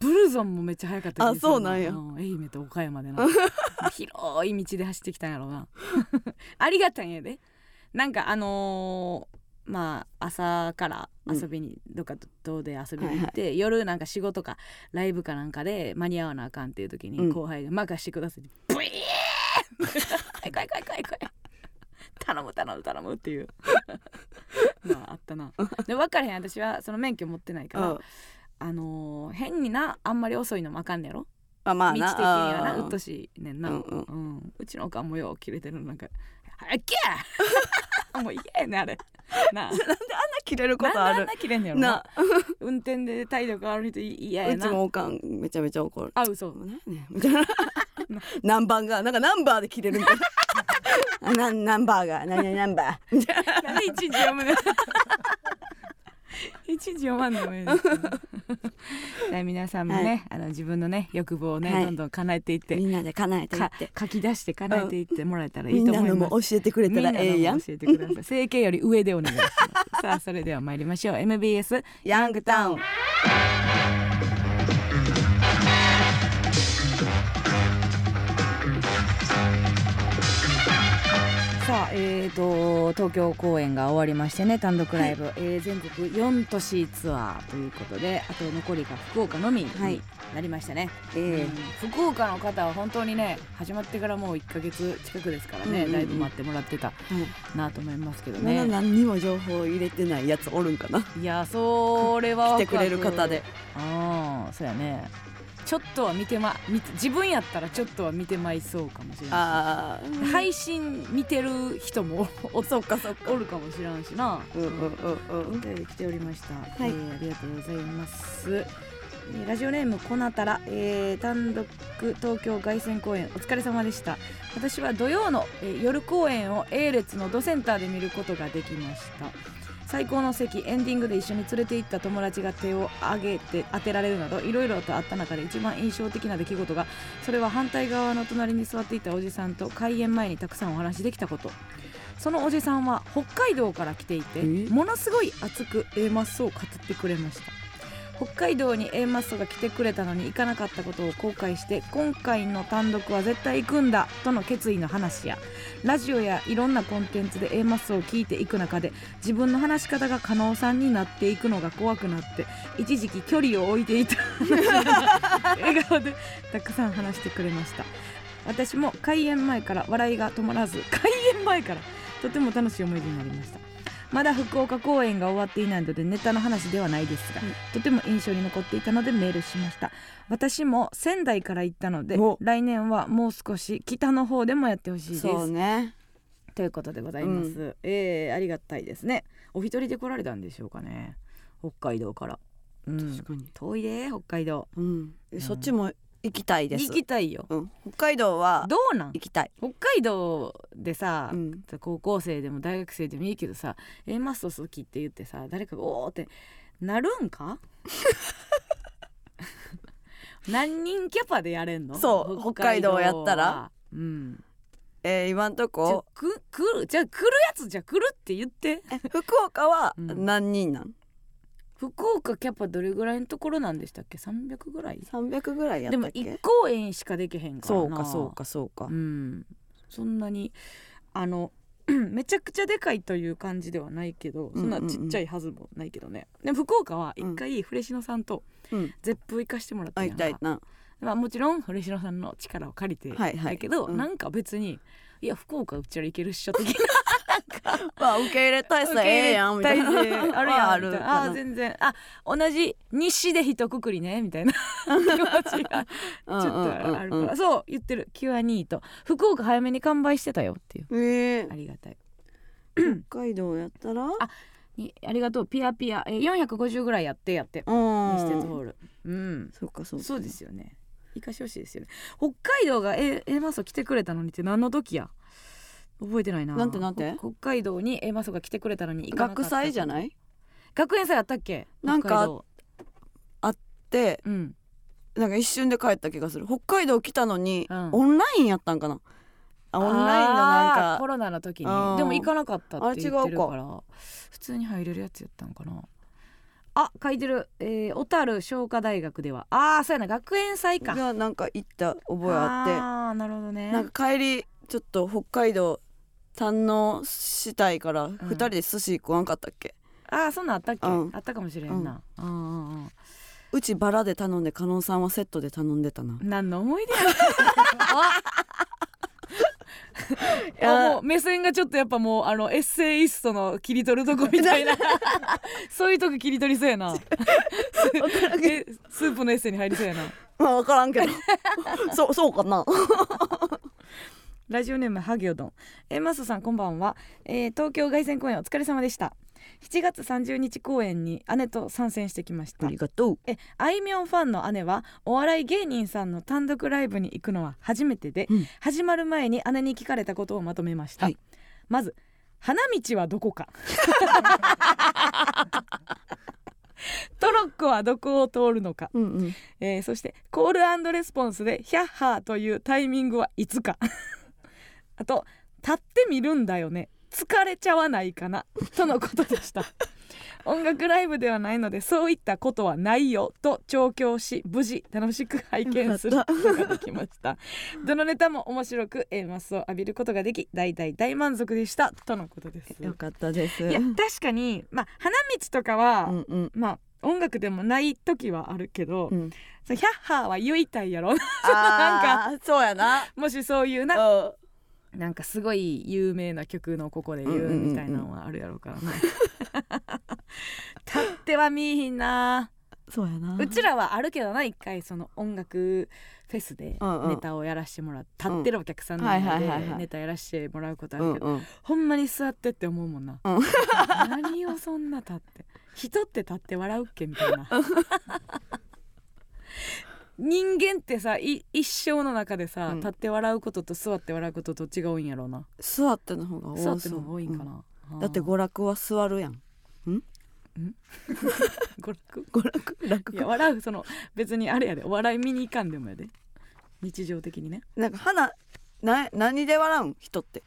Speaker 2: ブルゾンもめっちゃ速かった気がする
Speaker 1: あそうなんや
Speaker 2: 愛媛と岡山 でな広い道で走ってきたんやろうな ありがたいんやでなんかあのーまあ朝から遊びに、どっかどうで遊びに行って、夜なんか仕事かライブかなんかで間に合わなあかんっていう時
Speaker 1: う
Speaker 2: に
Speaker 1: ん
Speaker 2: 後輩が「任してください」ってブイーン 怖い怖い怖い怖い頼む頼む頼むって いうのはあったなで分からへん私はその免許持ってないから、
Speaker 1: うん
Speaker 2: あのー変になあんまり遅いのもあかんねやろ
Speaker 1: まあま
Speaker 2: 道
Speaker 1: あ
Speaker 2: 的に
Speaker 1: な
Speaker 2: はな
Speaker 1: うん
Speaker 2: うっとしいねんな、う
Speaker 1: うんん
Speaker 2: う
Speaker 1: うん
Speaker 2: ちのおかんもよう切れてるのなんか「はっけや! 」 もう嫌やねあれなあ
Speaker 1: 切れるこ
Speaker 2: なんで
Speaker 1: とあ
Speaker 2: あん
Speaker 1: る
Speaker 2: な切れんねやろな
Speaker 1: な
Speaker 2: 運転で体力ある人嫌
Speaker 1: う
Speaker 2: や
Speaker 1: ち
Speaker 2: な
Speaker 1: もおかんめちゃめちゃ怒る
Speaker 2: あ嘘
Speaker 1: もうねねみたい なナンバーがなんかナンバーで切れるみたいなあなナンバーが何々ナンバーみたいな
Speaker 2: なんでいちいち読むのいちいち読まんでもいいですけどじゃあ皆さんもね、あの自分のね欲望をね、
Speaker 1: はい
Speaker 2: どんどん叶えていって
Speaker 1: みんなで叶えていっ
Speaker 2: か
Speaker 1: て
Speaker 2: 書き出して叶えていってもらえたらい
Speaker 1: み
Speaker 2: い
Speaker 1: ん
Speaker 2: と
Speaker 1: な
Speaker 2: 思い
Speaker 1: の
Speaker 2: ま
Speaker 1: も
Speaker 2: す。
Speaker 1: 教えてくれたらええやん
Speaker 2: みんなのも教えてください。整形より上でお願いします。さあそれでは参りましょう。MBS
Speaker 1: ヤングタウン
Speaker 2: さあえー、と東京公演が終わりましてね単独ライブ、えー全国4都市ツアーということであと残りが福岡のみに
Speaker 1: はい
Speaker 2: なりましたね、
Speaker 1: ええ
Speaker 2: うん福岡の方は本当にね始まってからもう1ヶ月近くですからね、
Speaker 1: うんうんうん
Speaker 2: ライブ待ってもらってたなと思いますけど
Speaker 1: まだ
Speaker 2: ね、
Speaker 1: 何にも情報を入れてないやつおるんかない
Speaker 2: やそれ
Speaker 1: 来
Speaker 2: はワク
Speaker 1: て
Speaker 2: ワク
Speaker 1: くれる方で
Speaker 2: ああそうやねちょっとは見てま見て自分やったらちょっとは見てまいそうかもしれない
Speaker 1: ああ
Speaker 2: 配信見てる人も お
Speaker 1: そっかそっか
Speaker 2: おるかもしらんしな
Speaker 1: うんうんうんう
Speaker 2: お
Speaker 1: ん
Speaker 2: 便り来ておりました、
Speaker 1: い
Speaker 2: えーありがとうございます、えーラジオネームこなたら、えー単独東京凱旋公演お疲れ様でした私は土曜の、えー夜公演を A 列のドセンターで見ることができました最高の席エンディングで一緒に連れて行った友達が手を挙げて当てられるなどいろいろとあった中で一番印象的な出来事がそれは反対側の隣に座っていたおじさんと開演前にたくさんお話しできたことそのおじさんは北海道から来ていて
Speaker 1: え
Speaker 2: ものすごい熱く A マッソを語ってくれました北海道に A マッソが来てくれたのに行かなかったことを後悔して今回の単独は絶対行くんだとの決意の話やラジオやいろんなコンテンツで A マッソを聞いていく中で自分の話し方が加納さんになっていくのが怖くなって一時期距離を置いていた 笑顔でたくさん話してくれました私も開演前から笑いが止まらず開演前からとても楽しい思い出になりましたまだ福岡公演が終わっていないのでネタの話ではないですが、
Speaker 1: うん
Speaker 2: とても印象に残っていたのでメールしました私も仙台から行ったので
Speaker 1: お
Speaker 2: 来年はもう少し北の方でもやってほしいです
Speaker 1: そうね
Speaker 2: ということでございます、
Speaker 1: う
Speaker 2: えーありがたいですねお一人で来られたんでしょうかね北海道から、うん
Speaker 1: 確、かに、
Speaker 2: 遠いで北海道
Speaker 1: うんそっちも行きたいです
Speaker 2: 行きたいよ
Speaker 1: うん、北海道は
Speaker 2: どうなん
Speaker 1: 行きたい、
Speaker 2: 北海道でさ、
Speaker 1: うん、
Speaker 2: 高校生でも大学生でもいいけどさ A マスト好きって言ってさ誰かが「おー」ってなる んか何人キャパでやれんの
Speaker 1: そう
Speaker 2: は
Speaker 1: 北海道やったら
Speaker 2: うん
Speaker 1: えー、今んと
Speaker 2: じゃ
Speaker 1: こ
Speaker 2: く来るじゃあ来るやつじゃ来るって言って
Speaker 1: え福岡は
Speaker 2: うん
Speaker 1: 何人なん、
Speaker 2: 福岡キャパどれぐらいのところなんでしたっけ300ぐらい
Speaker 1: 300ぐらいやっ
Speaker 2: で
Speaker 1: た
Speaker 2: も
Speaker 1: っ
Speaker 2: 1
Speaker 1: け
Speaker 2: 公演しかできへんから
Speaker 1: そう
Speaker 2: な
Speaker 1: かそうかそうか、
Speaker 2: うん、そんなにあの めちゃくちゃでかいという感じではないけど
Speaker 1: うん
Speaker 2: そんなちっちゃいはずもないけどね、で福岡は一回フレシノさんと
Speaker 1: うん、
Speaker 2: 絶風行かしてもらった
Speaker 1: 会
Speaker 2: や
Speaker 1: い
Speaker 2: ん
Speaker 1: たい
Speaker 2: か、
Speaker 1: な
Speaker 2: まあ、もちろんフレシノさんの力を借りて
Speaker 1: はいはい
Speaker 2: だけど、
Speaker 1: うん
Speaker 2: なんか別にいや福岡うちら行けるっしょ的
Speaker 1: まあ受け入れ体
Speaker 2: な
Speaker 1: 制ええやんみたいな
Speaker 2: 受け入れ態勢あるやん
Speaker 1: ま あ
Speaker 2: みたいなあ
Speaker 1: か
Speaker 2: ー
Speaker 1: な
Speaker 2: 全然あ同じ西で一括りね みたいな気持ちが
Speaker 1: うん
Speaker 2: ちょっとあ
Speaker 1: うんう
Speaker 2: るか
Speaker 1: んうん
Speaker 2: らそう言ってるキュアニーと福岡早めに完売してたよっていう
Speaker 1: え
Speaker 2: あ
Speaker 1: ー、
Speaker 2: りがたい
Speaker 1: 北海道やったら
Speaker 2: にありがとうピアピアえー450ぐらいやってやって
Speaker 1: うん
Speaker 2: 西鉄ホールうん
Speaker 1: そうかそうか
Speaker 2: そうですよね行かしてほしいですよね北海道がえ A マスソ来てくれたのにって何の時や覚えてないな
Speaker 1: なんてなんて
Speaker 2: ほ北海道に A マスソが来てくれたのに行かなかった
Speaker 1: 学祭じゃないい
Speaker 2: 学園祭あったっけ
Speaker 1: なんか
Speaker 2: 北海道
Speaker 1: で
Speaker 2: うん
Speaker 1: なんか一瞬で帰った気がする北海道来たのに、
Speaker 2: うん
Speaker 1: オンラインやったんかなあオンラインのなん
Speaker 2: あーコ
Speaker 1: か
Speaker 2: ロナの時に
Speaker 1: うん
Speaker 2: でも行かなかったって言ってるか
Speaker 1: あれ
Speaker 2: ら普通に入れるやつやったんかなあ書いてる、えー、小樽商科大学ではああそうやな学園祭か
Speaker 1: がなんか行った覚えあっ
Speaker 2: あーなるほど
Speaker 1: て
Speaker 2: ね
Speaker 1: なんか帰りちょっと北海道堪能したいから二人で寿司食わんかったっけ、
Speaker 2: ああそんなんあったっけ、
Speaker 1: うん
Speaker 2: あったかもしれんな、うんうんうん
Speaker 1: うちバラで頼んで加納さんはセットで頼んでたな
Speaker 2: 何の思い出 やあもう目線がちょっとやっぱもうあのエッセイストの切り取るとこみたい なそういうとこ切り取りそうやなえスープのエッセイに入りそうやな
Speaker 1: まあ分からんけど そうそうか な
Speaker 2: ラジオネームハギョドンえーマスさんこんばんは、えー東京凱旋公演お疲れ様でした7月30日公演に姉と参戦してきました
Speaker 1: ありがとう
Speaker 2: えあいみょんファンの姉はお笑い芸人さんの単独ライブに行くのは初めてで、
Speaker 1: うん
Speaker 2: 始まる前に姉に聞かれたことをまとめました、
Speaker 1: はい
Speaker 2: まず花道はど こかトロッコはどこを通るのか、
Speaker 1: うんうん
Speaker 2: えーそしてコールレスポンスで「ヒャッハー」というタイミングはいつか あと「立ってみるんだよね疲れちゃわない かな」とのことでした音楽ライブではないのでそういったことはないよと調教し無事楽しく拝見することができましたどのネタも面白く、えーマスを浴びることができ大大大満足でしたとのことです
Speaker 1: よかったです
Speaker 2: いや確かに、まあ、花道とかは、
Speaker 1: うんうん
Speaker 2: まあ音楽でもない時はあるけど、
Speaker 1: うん、
Speaker 2: そのヒャッハーは言いたいやろ
Speaker 1: あーそうやな
Speaker 2: もしそういうな
Speaker 1: うん
Speaker 2: なんかすごい有名な曲のここで言うみたいなのはあるやろ うからな立っては見えひんな
Speaker 1: そうやな
Speaker 2: うちらはあるけどな一回その音楽フェスで
Speaker 1: うんうん
Speaker 2: ネタをやらしてもらって立ってるお客さんの
Speaker 1: は
Speaker 2: 前
Speaker 1: いはいはい
Speaker 2: で
Speaker 1: はい
Speaker 2: ネタやらしてもらうことあ
Speaker 1: うん
Speaker 2: るけど
Speaker 1: うん
Speaker 2: ほんまに座ってって思うもんな
Speaker 1: うん
Speaker 2: 何をそんな立って人って立って笑うっけみたいな人間ってさい一生の中でさ、
Speaker 1: うん
Speaker 2: 立って笑うことと座って笑うことどっちが多いんやろうな
Speaker 1: 座っての方が多そ
Speaker 2: 座
Speaker 1: う
Speaker 2: っての方が多いんかな、
Speaker 1: う
Speaker 2: あ
Speaker 1: ん
Speaker 2: ー
Speaker 1: だって娯楽は座るやん
Speaker 2: 娯楽
Speaker 1: 娯楽楽
Speaker 2: いや笑うその別にあれやでお笑い見に行かんでもやで日常的にね
Speaker 1: なんか花な何で笑うん人って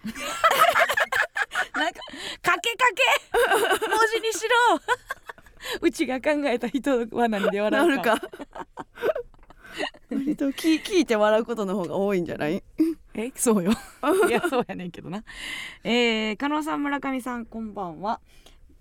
Speaker 2: なんかかけかけ文字にしろ うちが考えた人は何で
Speaker 1: な
Speaker 2: 笑う
Speaker 1: る
Speaker 2: か
Speaker 1: か割と聞聞いて笑うことの方が多いんじゃない
Speaker 2: えそうよ いやそうやねんけどなえー、加納さん村上さんこんばんは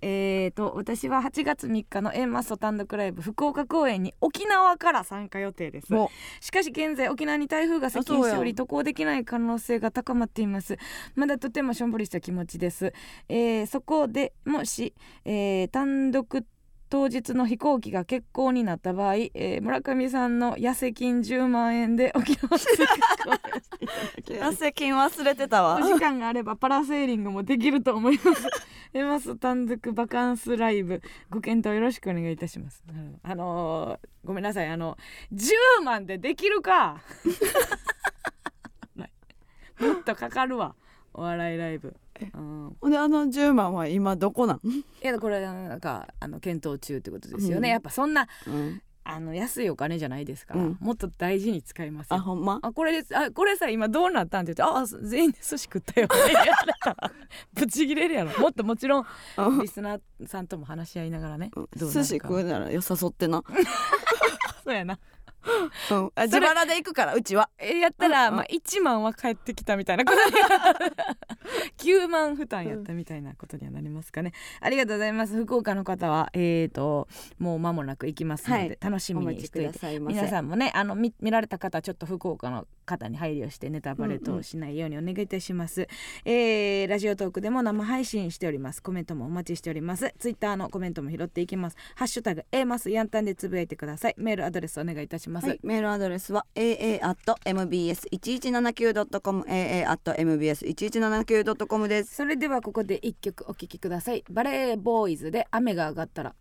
Speaker 2: えーと私は8月3日の円マスト単独ライブ福岡公演に沖縄から参加予定です
Speaker 1: も
Speaker 2: しかし現在沖縄に台風が接近
Speaker 1: あそう
Speaker 2: し
Speaker 1: や
Speaker 2: ており渡航できない可能性が高まっていますまだとてもしょんぼりした気持ちです、えーそこでもし、えー単独当日の飛行機が欠航になった場合、えー村上さんの痩せ金10万円で沖縄に出航していただき
Speaker 1: う
Speaker 2: ます
Speaker 1: 汗菌忘れてた
Speaker 2: お時間があればパラセーリングもできると思い ます。エマス単独バカンスライブご検討よろしくお願いいたします。うんあのーごめんなさいあの10万でできる か。ないもっとかかるわお笑いライブ。うん、
Speaker 1: ほんであの10万は今どこなん、
Speaker 2: いやこれなんかあの検討中ってことですよね。
Speaker 1: うん
Speaker 2: やっぱそんなあの安いお金じゃないですから、
Speaker 1: うん
Speaker 2: もっと大事に使いますよ
Speaker 1: あ。ほんま
Speaker 2: あこれですあこれさ今どうなったんって言ってあそ全員で寿司食ったよ ってやったらぶち切れるやろもっともちろん
Speaker 1: うん
Speaker 2: リスナーさんとも話し合いながらねどうなるか
Speaker 1: 寿司食うならよさそってな、
Speaker 2: そうやな
Speaker 1: うん、あ自腹で行くからうちは
Speaker 2: えやったら、
Speaker 1: うん
Speaker 2: まあ、1万は返ってきたみたい なことに9万負担やったみたいなことにはなりますかね、ありがとうございます福岡の方はえー、ともう間もなく行きますので、
Speaker 1: はい
Speaker 2: 楽し
Speaker 1: お
Speaker 2: み
Speaker 1: 待
Speaker 2: に
Speaker 1: ち
Speaker 2: し
Speaker 1: く
Speaker 2: てい
Speaker 1: だ
Speaker 2: て
Speaker 1: さいませ
Speaker 2: 皆さんもねあの見見られた方はちょっと福岡の方に配慮してネタバレ
Speaker 1: うんう
Speaker 2: と
Speaker 1: ん
Speaker 2: しないようにお願いいたします、えーラジオトークでも生配信しておりますコメントもお待ちしておりますツイッターのコメントも拾っていきますハッシュタグ A マスヤンタンでつぶやいてくださいメールアドレスお願いいたします、
Speaker 1: はい、メールアドレスは aa.mbs1179.com aa.mbs1179.com です
Speaker 2: それではここで一曲お聴きくださいバレーボーイズで雨が上がったら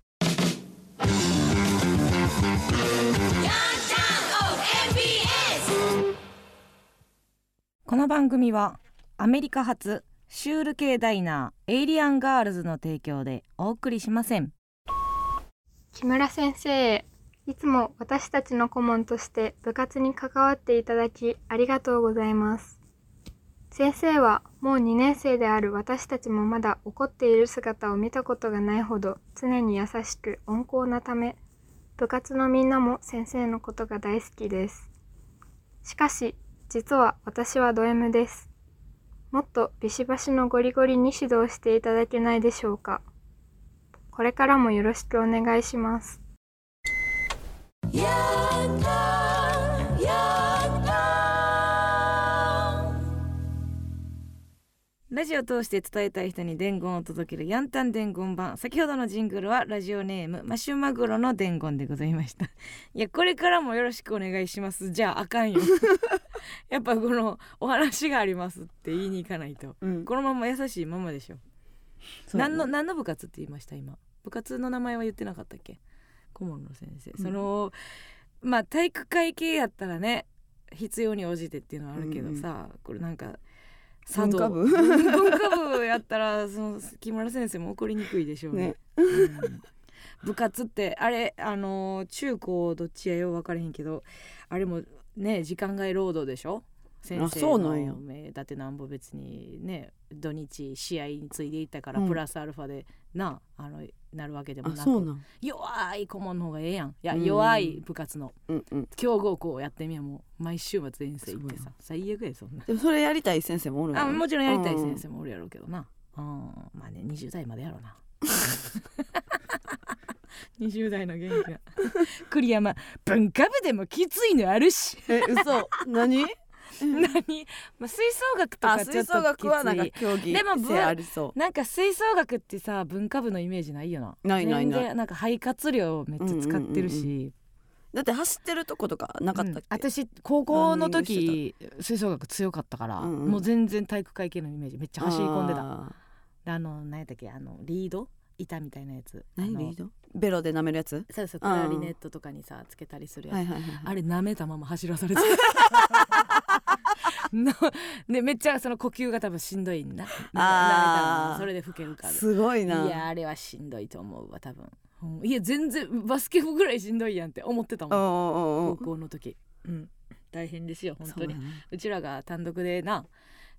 Speaker 3: MBS
Speaker 2: この番組はアメリカ発シュール系ダイナーエイリアンガールズの提供でお送りしません
Speaker 4: 木村先生いつも私たちの顧問として部活に関わっていただきありがとうございます先生はもう2年生である私たちもまだ怒っている姿を見たことがないほど常に優しく温厚なため部活のみんなも先生のことが大好きですしかし実は私はド M ですもっとビシバシのゴリゴリに指導していただけないでしょうかこれからもよろしくお願いします
Speaker 2: ラジオを通して伝えたい人に伝言を届けるヤンタン伝言版先ほどのジングルはラジオネームマシュマグロの伝言でございました いやこれからもよろしくお願いしますじゃああかんよ やっぱこのお話がありますって言いに行かないと
Speaker 1: うん
Speaker 2: このまま優しいままでしょ何の何の部活って言いました今部活の名前は言ってなかったっけ顧問の先生、
Speaker 1: ん
Speaker 2: そのまあ体育会系やったらね必要に応じてっていうのはあるけどさ、これなんか茶道
Speaker 1: 文化部
Speaker 2: うん文化部やったらその木村先生も怒りにくいでしょうね
Speaker 1: ね
Speaker 2: うん 部活ってあれあの中高どっちやよう分かれへんけどあれもね時間外労働でしょ先生
Speaker 1: そうなんや
Speaker 2: の目だってなんぼ別にね土日試合についでいったから、
Speaker 1: うん
Speaker 2: プラスアルファでなあのなるわけでも
Speaker 1: あ
Speaker 2: な
Speaker 1: そう
Speaker 2: く
Speaker 1: なん
Speaker 2: 弱い顧問の方がええやんいや
Speaker 1: うん
Speaker 2: 弱い部活の
Speaker 1: うんうん
Speaker 2: 強豪校やってみやもう毎週末遠征行って
Speaker 1: そう
Speaker 2: さ最悪やそんな
Speaker 1: でもそれやりたい先生もおる
Speaker 2: あもちろんやりたい
Speaker 1: うん
Speaker 2: 先生もおるやろうけどな、うん、まあね20代までやろうな 20代の元気な栗山文化部でもきついのあるし
Speaker 1: え嘘 何
Speaker 2: 何、まあ、吹奏楽と
Speaker 1: あ
Speaker 2: かちょ
Speaker 1: 吹
Speaker 2: っ
Speaker 1: 奏
Speaker 2: と
Speaker 1: 楽
Speaker 2: き
Speaker 1: はなんか
Speaker 2: つい
Speaker 1: 競技
Speaker 2: でもぶ
Speaker 1: 性ありそ
Speaker 2: なんか吹奏楽ってさ文化部のイメージないよな
Speaker 1: ないないない
Speaker 2: 全然なんか肺活量めっちゃ使ってるし、
Speaker 1: うんうんうだって走ってるとことかなかったっけ、
Speaker 2: うん私高校の時吹奏楽強かったから、
Speaker 1: うんうん
Speaker 2: もう全然体育会系のイメージめっちゃ走り込んでた
Speaker 1: あ
Speaker 2: であの何やったっけあのリード板みたいなやつ
Speaker 1: ー何
Speaker 2: あの
Speaker 1: リードベロで舐めるやつ
Speaker 2: そうそうク
Speaker 1: うん
Speaker 2: ラリネットとかにさつけたりするやつ、
Speaker 1: はいはいはい
Speaker 2: あれ舐めたまま走らされて のでめっちゃその呼吸が多分しんどいんだ舐めたままそれで老けるから
Speaker 1: すごい
Speaker 2: い
Speaker 1: な
Speaker 2: やあれはしんどいと思うわ多分、うんいや全然バスケ部ぐらいしんどいやんって思ってた
Speaker 1: おう
Speaker 2: もん
Speaker 1: おうお
Speaker 2: 高
Speaker 1: う
Speaker 2: 校の時、うん、大変ですよ本当に
Speaker 1: そうやな
Speaker 2: うちらが単独でな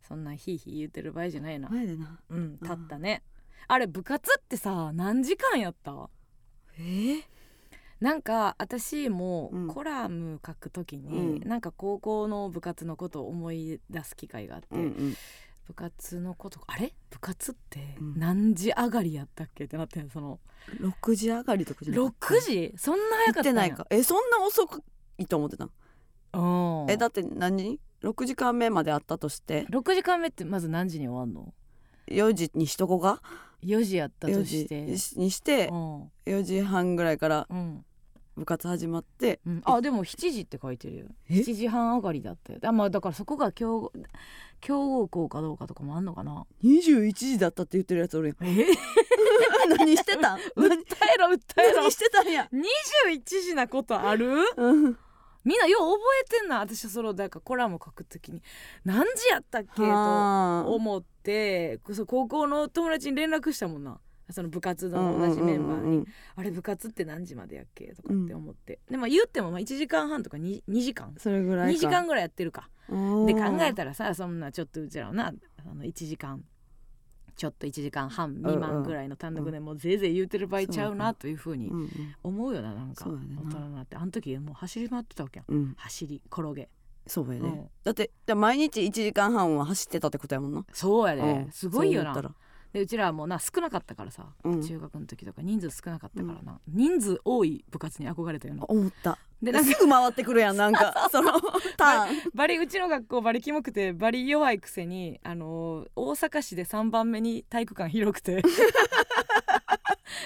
Speaker 2: そんなヒーヒー言ってる場合じゃないな
Speaker 1: 前でな
Speaker 2: うん、立ったね。あれ部活ってさ何時間やった？
Speaker 1: ええー
Speaker 2: なんか私も
Speaker 1: うん
Speaker 2: コラム書くときに、
Speaker 1: うん
Speaker 2: なんか高校の部活のことを思い出す機会があって、
Speaker 1: うんうん
Speaker 2: 部活のことあれ部活って
Speaker 1: うん
Speaker 2: 何時上がりやったっけってなってんその
Speaker 1: 6時上がりとかじゃな
Speaker 2: 6
Speaker 1: かった
Speaker 2: 時そんな早
Speaker 1: 行っ
Speaker 2: かった
Speaker 1: て
Speaker 2: んや
Speaker 1: ないかえそんな遅いと思ってたの
Speaker 2: うん
Speaker 1: えだって何6時間目まであったとして
Speaker 2: 6時間目ってまず何時に終わんの
Speaker 1: 4時にしとこが
Speaker 2: 4時やった
Speaker 1: 4
Speaker 2: とし
Speaker 1: 時
Speaker 2: て
Speaker 1: にして
Speaker 2: うん
Speaker 1: 4時半ぐらいから
Speaker 2: うん
Speaker 1: 部活始まって
Speaker 2: うん、あでも7時って書いてるよ
Speaker 1: え
Speaker 2: 7時半上がりだったよあ、まあ、だからそこが強豪強豪校かどうかとかもあんのかな
Speaker 1: 21時だったって言ってるやつお るやん何してた ん
Speaker 2: 訴
Speaker 1: 何
Speaker 2: えろ訴えろ
Speaker 1: 何してたんや
Speaker 2: 21時なことある
Speaker 1: うん
Speaker 2: みんなよう覚えてんな私はそれをなんかコラム書くときに何時やったっけと
Speaker 1: はあ
Speaker 2: 思ってそう高校の友達に連絡したもんなその部活の同じメンバーに、
Speaker 1: うんうんうんうん
Speaker 2: あれ部活って何時までやっけとかって思って、でも言ってもまあ1時間半とか 2, 2時間
Speaker 1: それぐらい
Speaker 2: 2
Speaker 1: か
Speaker 2: 時間ぐらいやってるか
Speaker 1: で
Speaker 2: で考えたらさそんなちょっとうちらはなあの1時間ちょっと1時間半未満ぐらいの単独でもうぜいぜい言うてる場合ちゃうなというふうに
Speaker 1: うんうん
Speaker 2: 思うよななんか
Speaker 1: そう
Speaker 2: 大
Speaker 1: やねんな
Speaker 2: 人になってあの時もう走り回ってたわけやん
Speaker 1: うん
Speaker 2: 走り転げ
Speaker 1: そうや
Speaker 2: う
Speaker 1: ね
Speaker 2: ん
Speaker 1: だってじゃあ毎日1時間半は走ってたってことやもんな
Speaker 2: そうやで、
Speaker 1: うん
Speaker 2: すごいよ
Speaker 1: そう思
Speaker 2: な
Speaker 1: ったら
Speaker 2: でうちらはもうな少なかったからさ、
Speaker 1: うん
Speaker 2: 中学の時とか人数少なかったからな、人数多い部活に憧れたよな
Speaker 1: 思った
Speaker 2: でなんか
Speaker 1: すぐ回ってくるやんなん かそのターン
Speaker 2: バリうちの学校バリキモくてバリ弱いくせにあのー大阪市で3番目に体育館広くて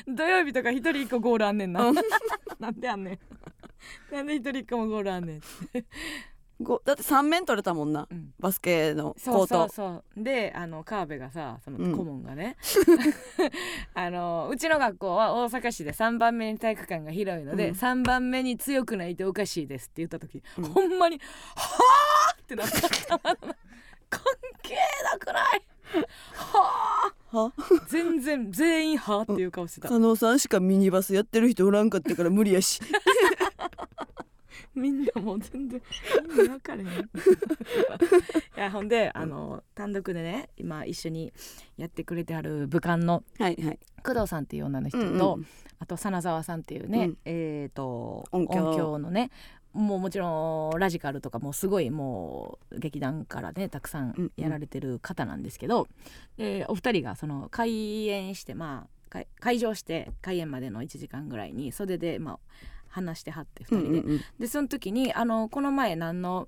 Speaker 2: 土曜日とか一人一個ゴールあんねんな なんであんねんなんで一人一個もゴールあんねん、
Speaker 1: ごだって3面取れたもんな
Speaker 2: うん
Speaker 1: バスケの
Speaker 2: そ
Speaker 1: コ
Speaker 2: う
Speaker 1: ー
Speaker 2: そう
Speaker 1: ト
Speaker 2: そうであの川辺がさその
Speaker 1: うん
Speaker 2: 顧問がね、 あのうちの学校は大阪市で3番目に体育館が広いので、
Speaker 1: うん
Speaker 2: 3番目に強くないとおかしいですって言った時、
Speaker 1: うん
Speaker 2: ほんまに「はあ!」ってなった 関係なくないはあ
Speaker 1: は
Speaker 2: 全然全員「はあ」っていう顔 してた
Speaker 1: 加納さんしかミニバスやってる人おらんかったから無理や し
Speaker 2: みんなもう全然意味分かれへんいやほんであの単独でね今一緒にやってくれてある武漢の
Speaker 1: はいはい
Speaker 2: 工藤さんっていう女の人と、
Speaker 1: うんうん
Speaker 2: あと真沢さんっていう
Speaker 1: う
Speaker 2: ね、
Speaker 1: ん
Speaker 2: えー、と
Speaker 1: 音響
Speaker 2: のねもうもちろんラジカルとかもすごいもう劇団からねたくさ
Speaker 1: うん
Speaker 2: ん
Speaker 1: うん
Speaker 2: やられてる方なんですけど、えーお二人がその開演してまあ開開場して開演までの1時間ぐらいに袖でまあ話してはって2
Speaker 1: う
Speaker 2: 人
Speaker 1: ん
Speaker 2: で、
Speaker 1: うんうん
Speaker 2: でその時にあのこの前何の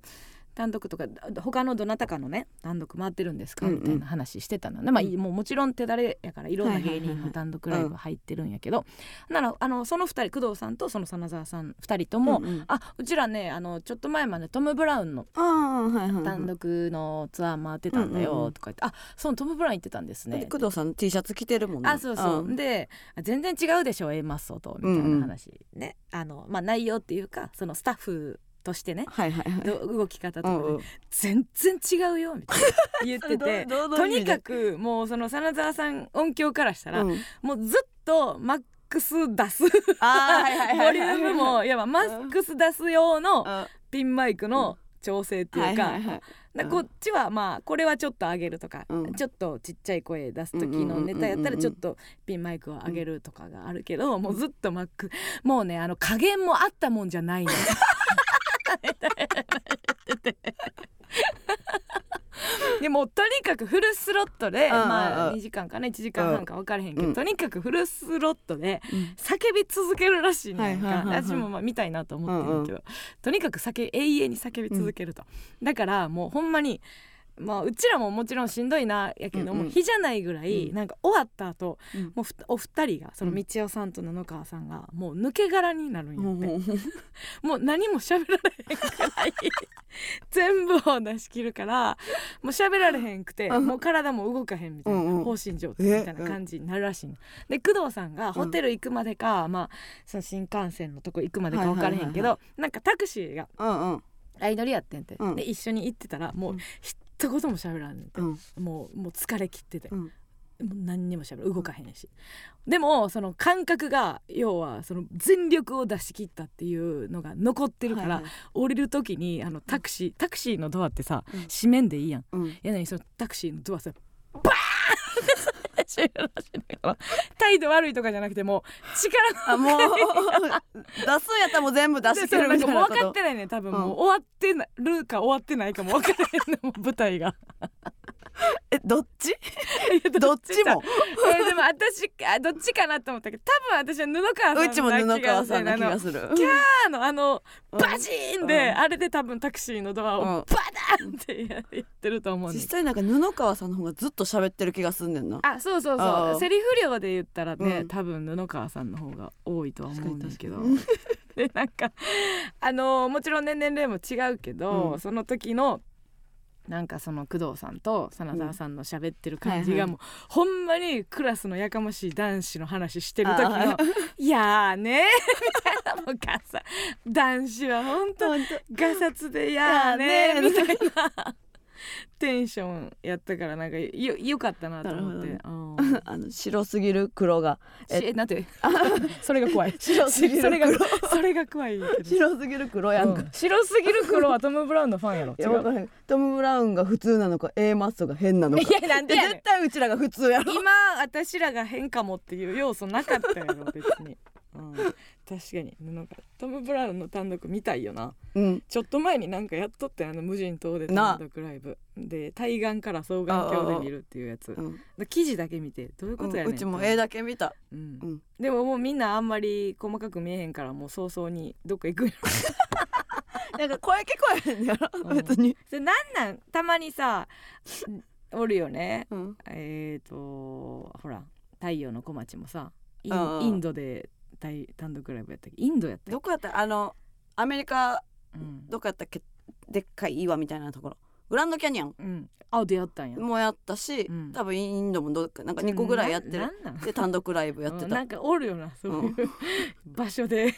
Speaker 2: 単独とか他のどなたかのね単独回ってるんですか
Speaker 1: うんうん
Speaker 2: みたいな話してたの、でまあ、いもうもちろん手だれやからいろんな芸人の単独ライブ入ってるんやけど、ならあのその2人工藤さんとその真澤さん2人とも、
Speaker 1: うんうん
Speaker 2: あうちらねあのちょっと前までトム・ブラウンの
Speaker 1: ああはいはい
Speaker 2: 単独のツアー回ってたんだ
Speaker 1: うんうんう
Speaker 2: よ
Speaker 1: ん
Speaker 2: とか言って、あそのトム・ブラウン行ってたんです
Speaker 1: だっ
Speaker 2: ね
Speaker 1: て工藤さん T シャツ着てるもんね
Speaker 2: あそうそう、
Speaker 1: ん
Speaker 2: であ全然違うでしょ A マッソとみたいな話、ねあのまあ内容っていうかそのスタッフとしてね
Speaker 1: はいはいはい
Speaker 2: ど動き方と
Speaker 1: う
Speaker 2: かね、
Speaker 1: んうん
Speaker 2: 全然違うよみたい な言ってて
Speaker 1: どど
Speaker 2: と
Speaker 1: どういう意
Speaker 2: に
Speaker 1: 味で
Speaker 2: かくもうその真澤さん音響からしたら、
Speaker 1: うん
Speaker 2: もうずっとマックス出すボ
Speaker 1: あー はいはい はい
Speaker 2: リュームもいやまあマックス出す用の
Speaker 1: あ
Speaker 2: ピンマイクの調整って
Speaker 1: は
Speaker 2: いう
Speaker 1: い
Speaker 2: か,、
Speaker 1: はいはい
Speaker 2: だこっちはまあこれはちょっと上げるとか、
Speaker 1: うん
Speaker 2: ちょっとちっちゃい声出す時のネタやったらちょっとピンマイクを上げるとかがあるけど、もうずっとマックもうねあの加減もあったもんじ ゃないの。でもうとにかくフルスロットで、
Speaker 1: んう
Speaker 2: まあ
Speaker 1: ん
Speaker 2: 2時間かね1時間半か分からへんけど、
Speaker 1: うん
Speaker 2: とにかくフルスロットで
Speaker 1: うん
Speaker 2: 叫び続けるらしいねんか、
Speaker 1: はいはいはいはい
Speaker 2: 私もまあ見たいなと思ってるけど、とにかく叫永遠に叫び続けると、だからもうほんまにまあうちらももちろんしんどいなやけども、
Speaker 1: うんうん
Speaker 2: 日じゃないぐらい、
Speaker 1: うん
Speaker 2: なんか終わった後、
Speaker 1: うん
Speaker 2: もうふたお二人がその道代さんと布川さんがもう抜け殻になるんやって、
Speaker 1: うん
Speaker 2: もう何も喋られへんくらい全部を出し切るからもう喋られへんくて
Speaker 1: うん
Speaker 2: もう体も動かへんみたいな、
Speaker 1: うんうん
Speaker 2: 放心状態みたいな感じになるらしいの。で工藤さんがホテル行くまでか、まあその新幹線のとこ行くまでか分からへん
Speaker 1: はい
Speaker 2: け
Speaker 1: はいはい
Speaker 2: どなんかタクシーが
Speaker 1: うんうん
Speaker 2: 相乗りやってんて、
Speaker 1: うん
Speaker 2: で一緒に行ってたらもう一言も喋らんねんて、
Speaker 1: うん
Speaker 2: もうもう疲れ切ってて。
Speaker 1: うん
Speaker 2: もう何にもしゃべる動かへんし、でもその感覚が要はその全力を出し切ったっていうのが残ってるから、
Speaker 1: はいはい
Speaker 2: 降りる時にあのタクシータクシーのドアってさ、
Speaker 1: うん
Speaker 2: 閉めんでいいやん
Speaker 1: うん
Speaker 2: やのにそのタクシーのドアさバーンシュラシュだから態度悪いとかじゃなくてもう
Speaker 1: あ
Speaker 2: 力の
Speaker 1: もう 出すんやったらもう全部出してくれる
Speaker 2: なん
Speaker 1: み
Speaker 2: か
Speaker 1: たい
Speaker 2: もう
Speaker 1: なこ
Speaker 2: 分かっ
Speaker 1: と
Speaker 2: てないね多分
Speaker 1: うん
Speaker 2: もう終わってなるか終わってないかも分からへんのもう舞 台が
Speaker 1: えどっち どっち も
Speaker 2: えーでも私あどっちかなと思ったけど多分私は布川さん
Speaker 1: うちも布川さんな気がす
Speaker 2: す
Speaker 1: る
Speaker 2: キャーのあの
Speaker 1: うん
Speaker 2: バチーンで、
Speaker 1: うん
Speaker 2: あれで多分タクシーのドアを
Speaker 1: うん
Speaker 2: バダーンってやってると思うんで
Speaker 1: 実際なんか布川さんの方がずっと喋ってる気がすんねんな
Speaker 2: あそうそう
Speaker 1: あ
Speaker 2: そう
Speaker 1: あ
Speaker 2: セリフ量で言ったらね、
Speaker 1: うん
Speaker 2: 多分布川さんの方が多いとは思うんですけど
Speaker 1: 確かに
Speaker 2: でなんかあのーもちろんね年齢も違うけど、
Speaker 1: うん
Speaker 2: その時のなんかその工藤さんと真田さんの喋ってる感じ
Speaker 1: うんは
Speaker 2: が
Speaker 1: いはい
Speaker 2: もう、ほんまにクラスのやかましい男子の話してる時の
Speaker 1: あ
Speaker 2: 「い やーね」みたいなもうガサ男子はほんとガサツで「やーね
Speaker 1: やーね
Speaker 2: みたいなテンションやったからなんかよよかったなと思って
Speaker 1: な。
Speaker 2: うん
Speaker 1: あの白すぎる黒がえ
Speaker 2: え、なんて、 それが怖い。
Speaker 1: 白すぎる
Speaker 2: それが
Speaker 1: 黒、
Speaker 2: それが怖いけど。
Speaker 1: 白すぎる黒やんか、
Speaker 2: うん白すぎる黒はトムブラウンのファンやろ。
Speaker 1: い
Speaker 2: 違
Speaker 1: やわか
Speaker 2: う。
Speaker 1: らへんトム・ブラウンが普通なのか A マッソが変なのか
Speaker 2: いやなんでやねん
Speaker 1: 絶対うちらが普通やろ
Speaker 2: 今、私らが変かもっていう要素なかったやろ、別に。うん、確かに布川トム・ブラウンの単独見たいよな
Speaker 1: うん
Speaker 2: ちょっと前になんかやっとってあの無人島で単独ライブで対岸から双眼鏡で見るっていうやつ
Speaker 1: うん
Speaker 2: 記事だけ見てどういうことやねん
Speaker 1: うちも
Speaker 2: と思って
Speaker 1: A だけ見た
Speaker 2: うん
Speaker 1: うん
Speaker 2: でももうみんなあんまり細かく見えへんからもう早々にどっか行くんやろ
Speaker 1: なんか声聞こえへんやろ
Speaker 2: うん
Speaker 1: 別に、
Speaker 2: それなんなんたまに さおるよね
Speaker 1: うん、
Speaker 2: えー、とほら太陽の小町もさイン
Speaker 1: ああ
Speaker 2: インドで大単独ライブやったっけインドやったっ
Speaker 1: どこやったっけあのアメリカ
Speaker 2: けうん、
Speaker 1: どこやったっけでっかい岩みたいなところグランドキャニオン
Speaker 2: うん、あ出会ったんや
Speaker 1: もやったし、
Speaker 2: うん
Speaker 1: 多分インドもどっかなんか2個ぐらいやって
Speaker 2: な
Speaker 1: る
Speaker 2: なんなん
Speaker 1: で単独ライブやって
Speaker 2: うん
Speaker 1: た
Speaker 2: なんかおるよなそういう、場所で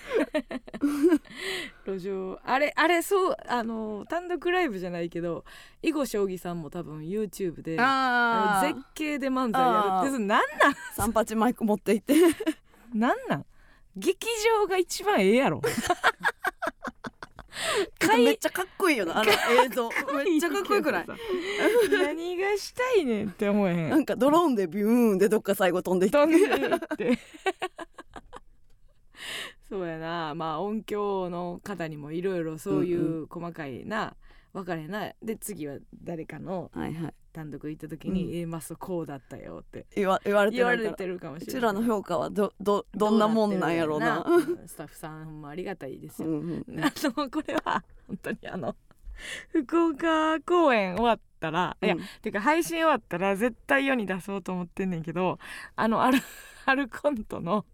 Speaker 2: 路上あれあれそうあの単独ライブじゃないけど囲碁将棋さんも多分 YouTube であ
Speaker 1: あ
Speaker 2: の絶景で漫才やるってそれなんなん
Speaker 1: 三八マイク持って いて
Speaker 2: なんなん劇場が一番ええやろ会
Speaker 1: めっちゃかっこいいよなあの映像めっちゃかっこよくない
Speaker 2: けどさ何がしたいねんって思えへ
Speaker 1: なんんかドローンでビューンでどっか最後飛んでいって
Speaker 2: 飛んでいって そうやなまあ音響の方にもいろいろそういう細かいな、分かれへんなで次は誰かの
Speaker 1: はいはい
Speaker 2: 単独行った時に
Speaker 1: う
Speaker 2: 「
Speaker 1: ん
Speaker 2: えマスこうだったよ」って
Speaker 1: 言わ言われて
Speaker 2: 言
Speaker 1: ない
Speaker 2: わ
Speaker 1: か
Speaker 2: れ
Speaker 1: ら
Speaker 2: てるかも
Speaker 1: う
Speaker 2: しれな
Speaker 1: ち
Speaker 2: い
Speaker 1: らの評価はどどどんなもんなんやろうな
Speaker 2: どうなってるんやろなうんスタッフさんほんまありがたいです
Speaker 1: う
Speaker 2: よ、
Speaker 1: んうん
Speaker 2: あのこれは本当にあの 福岡公演終わったら、いや
Speaker 1: うん
Speaker 2: てか配信終わったら絶対世に出そうと思ってんねんけどあのある あるコントの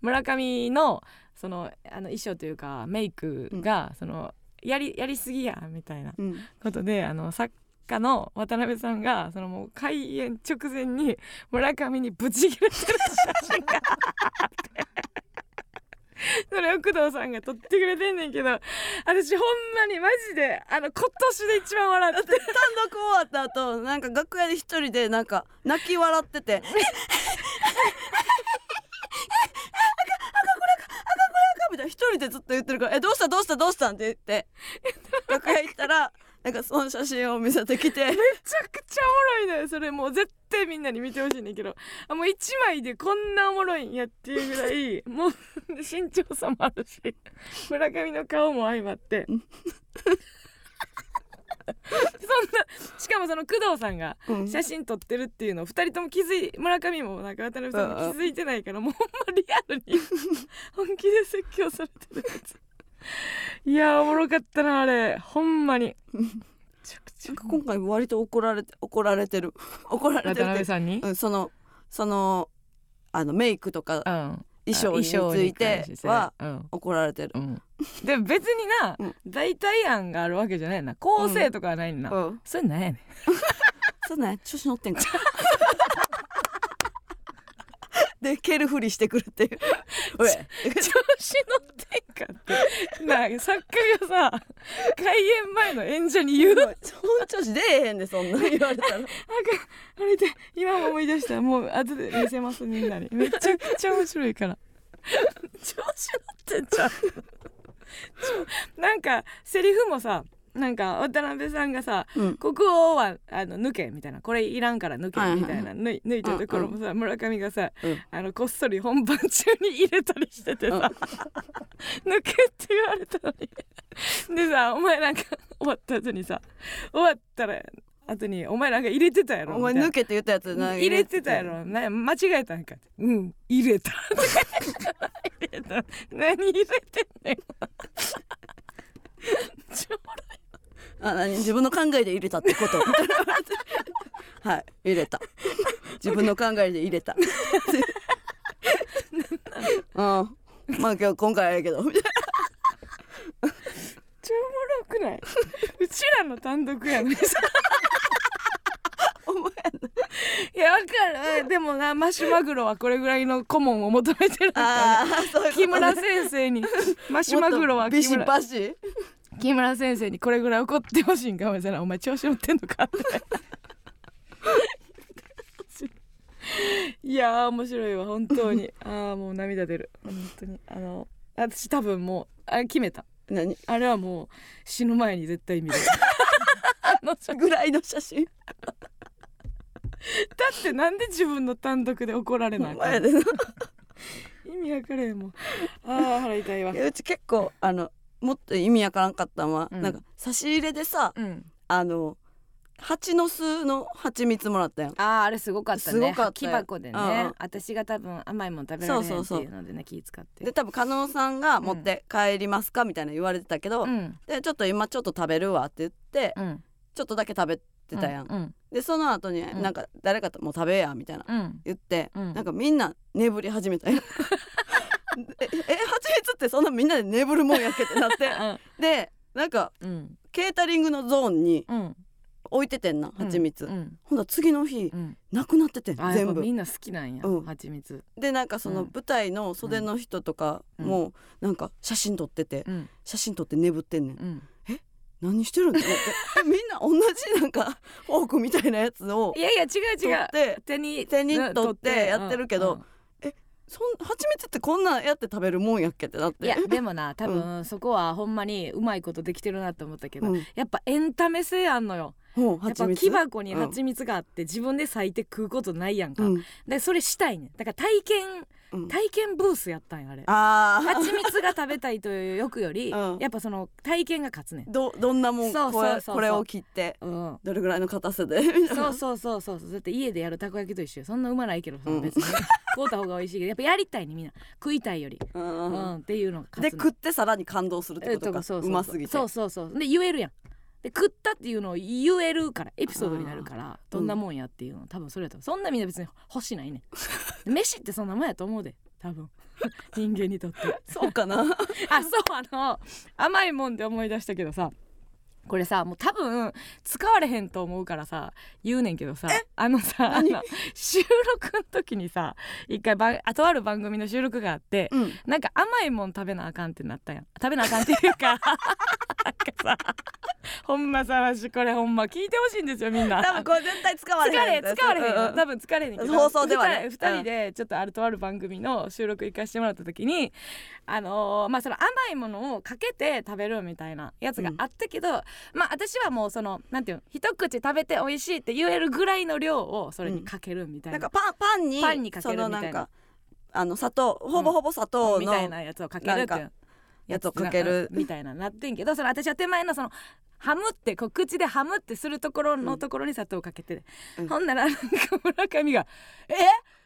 Speaker 2: 村上のそのあの衣装というかメイクが、そのやりやりすぎやみたいな
Speaker 1: うん
Speaker 2: ことであの作家の渡辺さんがそのもう開演直前に村上にブチギレしてる写真があって それを工藤さんが撮ってくれてんねんけど私ほんまにマジであの今年で一番笑って
Speaker 1: 単独終わった後なんか楽屋で一人でなんか泣き笑ってて赤赤これか赤これかみたいな一人でずっと言ってるから「えどうしたどうしたどうしたん?」って言って楽屋行ったらなんかその写真を見せてきて
Speaker 2: めちゃくちゃおもろいのよそれもう絶対みんなに見てほしいねんけどあもう一枚でこんなおもろいんやっていうぐらい もう身長差もあるし 村上の顔も相まって そんなしかもその工藤さんが
Speaker 1: うん
Speaker 2: 写真撮ってるっていうのを2人とも気づい村上もなんか渡辺さんも気づいてないからもうほんまリアルに 本気で説教されてるやついやーおもろかったなあれほんまに めちゃくちゃ
Speaker 1: なんか今回割と怒られて怒られてる怒られて
Speaker 2: 渡
Speaker 1: るって
Speaker 2: 辺さんに、
Speaker 1: うん、そのそのあのメイクとか
Speaker 2: うん、
Speaker 1: 衣装については、
Speaker 2: うん
Speaker 1: 怒られてる
Speaker 2: う。ん、でも別にな、
Speaker 1: うん
Speaker 2: 代替案があるわけじゃないな構成とかはないな、
Speaker 1: うん、
Speaker 2: それなんやねん
Speaker 1: そうね調子乗ってんか で蹴るふりしてくる っていうおい
Speaker 2: 調子乗ってんかってな作家がさ開演前の演者に言うなんか
Speaker 1: 本調子出えへんでそんなん言われたら
Speaker 2: あれで今も思い出したもう後で見せますみんなにめちゃくちゃ面白いから調子乗ってんじゃんちょなんかセリフもさなんか渡辺さんがさ
Speaker 1: うん
Speaker 2: 国王はあの抜けみたいなこれいらんから抜けみたいな
Speaker 1: は
Speaker 2: 抜い抜いたところもさ村上がさ
Speaker 1: うん
Speaker 2: あのこっそり本番中に入れたりしててさ「抜け」って言われたのにでさお前なんか終わった後にさ終わったら後に「お前なんか入れてたやろ」
Speaker 1: お
Speaker 2: みた
Speaker 1: 前
Speaker 2: いな
Speaker 1: 抜けって言ったやつな
Speaker 2: 入れてたやろな間違えたんかってうん入 れた入れた何入れてん ねん
Speaker 1: あ何自分の考えで入れたってこと はい入れた自分の考えで入れ たうんまあ今日今回はやけど
Speaker 2: 超おもろくないうちらの単独やのにさいやわかるでもなマシュマグロはこれぐらいの顧問を求めてるんだ
Speaker 1: あ
Speaker 2: よね
Speaker 1: あ そういうことね
Speaker 2: 木村先生 にマシュマグロは
Speaker 1: もっとビ
Speaker 2: 木
Speaker 1: シ
Speaker 2: 村
Speaker 1: バシ
Speaker 2: 木村先生にこれぐらい怒ってほしいんかお前さんお前調子乗ってんのかっていやー面白いわ本当にああもう涙出る本当にあの私多分もうあれ決めた
Speaker 1: 何
Speaker 2: あれはもう死ぬ前に絶対 見るあのだ
Speaker 1: ぐらいの写真
Speaker 2: ってなんで自分の単独で怒られ
Speaker 1: お
Speaker 2: なあか
Speaker 1: 前
Speaker 2: ん
Speaker 1: で な
Speaker 2: 意味わかれへん もんああ腹痛いわ
Speaker 1: いやうち結構あのもっと意味わからんかったのは、
Speaker 2: うん
Speaker 1: なんか差し入れでさ
Speaker 2: うん
Speaker 1: あの蜂の巣の蜂蜜もらったやん
Speaker 2: あああれすごかったね
Speaker 1: すごかった
Speaker 2: 木
Speaker 1: よ
Speaker 2: 箱でね、
Speaker 1: うんうん
Speaker 2: 私が多分甘いもん食べられへんってい
Speaker 1: そうそ
Speaker 2: のでね
Speaker 1: うそう
Speaker 2: 気使って
Speaker 1: で多分加納さんが持って帰りますかみたいな言われてたけど、
Speaker 2: うん
Speaker 1: でちょっと今ちょっと食べるわって言って、
Speaker 2: うん
Speaker 1: ちょっとだけ食べてたやん、
Speaker 2: うん
Speaker 1: でその後に、
Speaker 2: ん
Speaker 1: なんか誰かともう食べやみたいな
Speaker 2: うんうん
Speaker 1: 言って、
Speaker 2: うん
Speaker 1: なんかみんな眠り始めたやんで ええ蜂蜜ってそんなみんなで眠るもんやっけってなってでなんか
Speaker 2: うん
Speaker 1: ケータリングのゾーンに
Speaker 2: うん
Speaker 1: 置いててんな蜂蜜、
Speaker 2: うん
Speaker 1: ほんだら次の日
Speaker 2: うん
Speaker 1: なくなっててん
Speaker 2: あや
Speaker 1: 全
Speaker 2: っぱ
Speaker 1: 部
Speaker 2: みんな好きなんや
Speaker 1: うん
Speaker 2: 蜂蜜
Speaker 1: でなんかそうの
Speaker 2: ん
Speaker 1: 舞台の袖の人とかもなんか写真撮ってて
Speaker 2: うん
Speaker 1: 写真撮って眠ってんねん
Speaker 2: うん
Speaker 1: 何してるんだって 思ってえみんな同じなんかフォークみたいなやつを
Speaker 2: いやいや違う
Speaker 1: 取
Speaker 2: 違
Speaker 1: っ
Speaker 2: う
Speaker 1: て
Speaker 2: 手に
Speaker 1: 手に取ってやってるけど
Speaker 2: うん
Speaker 1: そん蜂蜜ってこんなんやって食べるもんやっけってなっ
Speaker 2: うん
Speaker 1: て
Speaker 2: いやでもな多分そこはほんまにうまいことできてるなって思ったけど、
Speaker 1: うん
Speaker 2: やっぱエンタメ性あんのよ
Speaker 1: もう
Speaker 2: やっ
Speaker 1: 蜂
Speaker 2: ぱ
Speaker 1: 蜜
Speaker 2: 木箱に蜂蜜があって自分で咲いて食うことないやんか、
Speaker 1: うん
Speaker 2: でそれしたいねんだから体験
Speaker 1: うん
Speaker 2: 体験ブースやったんやあれ
Speaker 1: ああ
Speaker 2: 蜂蜜が食べたいという欲より、
Speaker 1: うん
Speaker 2: やっぱその体験が勝つねん
Speaker 1: どどんなもん
Speaker 2: そうそう
Speaker 1: こ
Speaker 2: そう
Speaker 1: れ
Speaker 2: そう
Speaker 1: これを切って
Speaker 2: うん
Speaker 1: どれぐらいの硬さで
Speaker 2: そうそうそうそうそうだって家でやるたこ焼きと一緒よそんなうまないけどさ
Speaker 1: うん
Speaker 2: 別に買うた方が美味しいけどやっぱやりたいねみんな食いたいより、
Speaker 1: う
Speaker 2: うんん、っていうのが
Speaker 1: で
Speaker 2: 勝つね
Speaker 1: 食ってさらに感動するって
Speaker 2: えっ
Speaker 1: こと
Speaker 2: と
Speaker 1: か
Speaker 2: そうそう
Speaker 1: うますぎて
Speaker 2: そうそうそうで言えるやんで食ったっていうのを言えるからエピソードになるからどんなもんやっていうの多分それだと思うそんなみんな別に欲しないねん飯ってそんなもんやと思うで多分 人間に とって
Speaker 1: そうかな
Speaker 2: あそうあの甘いもんで思い出したけどさこれさもう多分使われへんと思うからさ言うねんけどさあのさあの収録の時にさ一回ばあとある番組の収録があって、
Speaker 1: うん
Speaker 2: なんか甘いもん食べなあかんってなったやん食べなあか んっていうかなんかさほんまさわしこれほんま聞いてほしいんですよみんな
Speaker 1: 多分これ絶対使われ
Speaker 2: 疲
Speaker 1: へ
Speaker 2: れ
Speaker 1: ん
Speaker 2: 疲れへん
Speaker 1: うん
Speaker 2: よ多分疲れへんねんけど
Speaker 1: 放送ではね
Speaker 2: 二人二人でちょっとあるとある番組の収録行かしてもらった時にあのーまあその甘いものをかけて食べるみたいなやつがあったけど、まあ私はもうそのなんていうの一口食べて美味しいって言えるぐらいの量をそれにかけるみたい
Speaker 1: なん
Speaker 2: な,、
Speaker 1: かパンパンに
Speaker 2: パンにかけるみたいな
Speaker 1: そのんかあの砂糖ほぼほぼ砂糖
Speaker 2: み
Speaker 1: の、
Speaker 2: たいなやつをかけるってい
Speaker 1: な
Speaker 2: う
Speaker 1: やつをかける
Speaker 2: なみたいななってんけどその私は手前のそのハムってこう口でハムってするところのところに砂糖をかけて、
Speaker 1: うん
Speaker 2: ほんならなんか村上が「え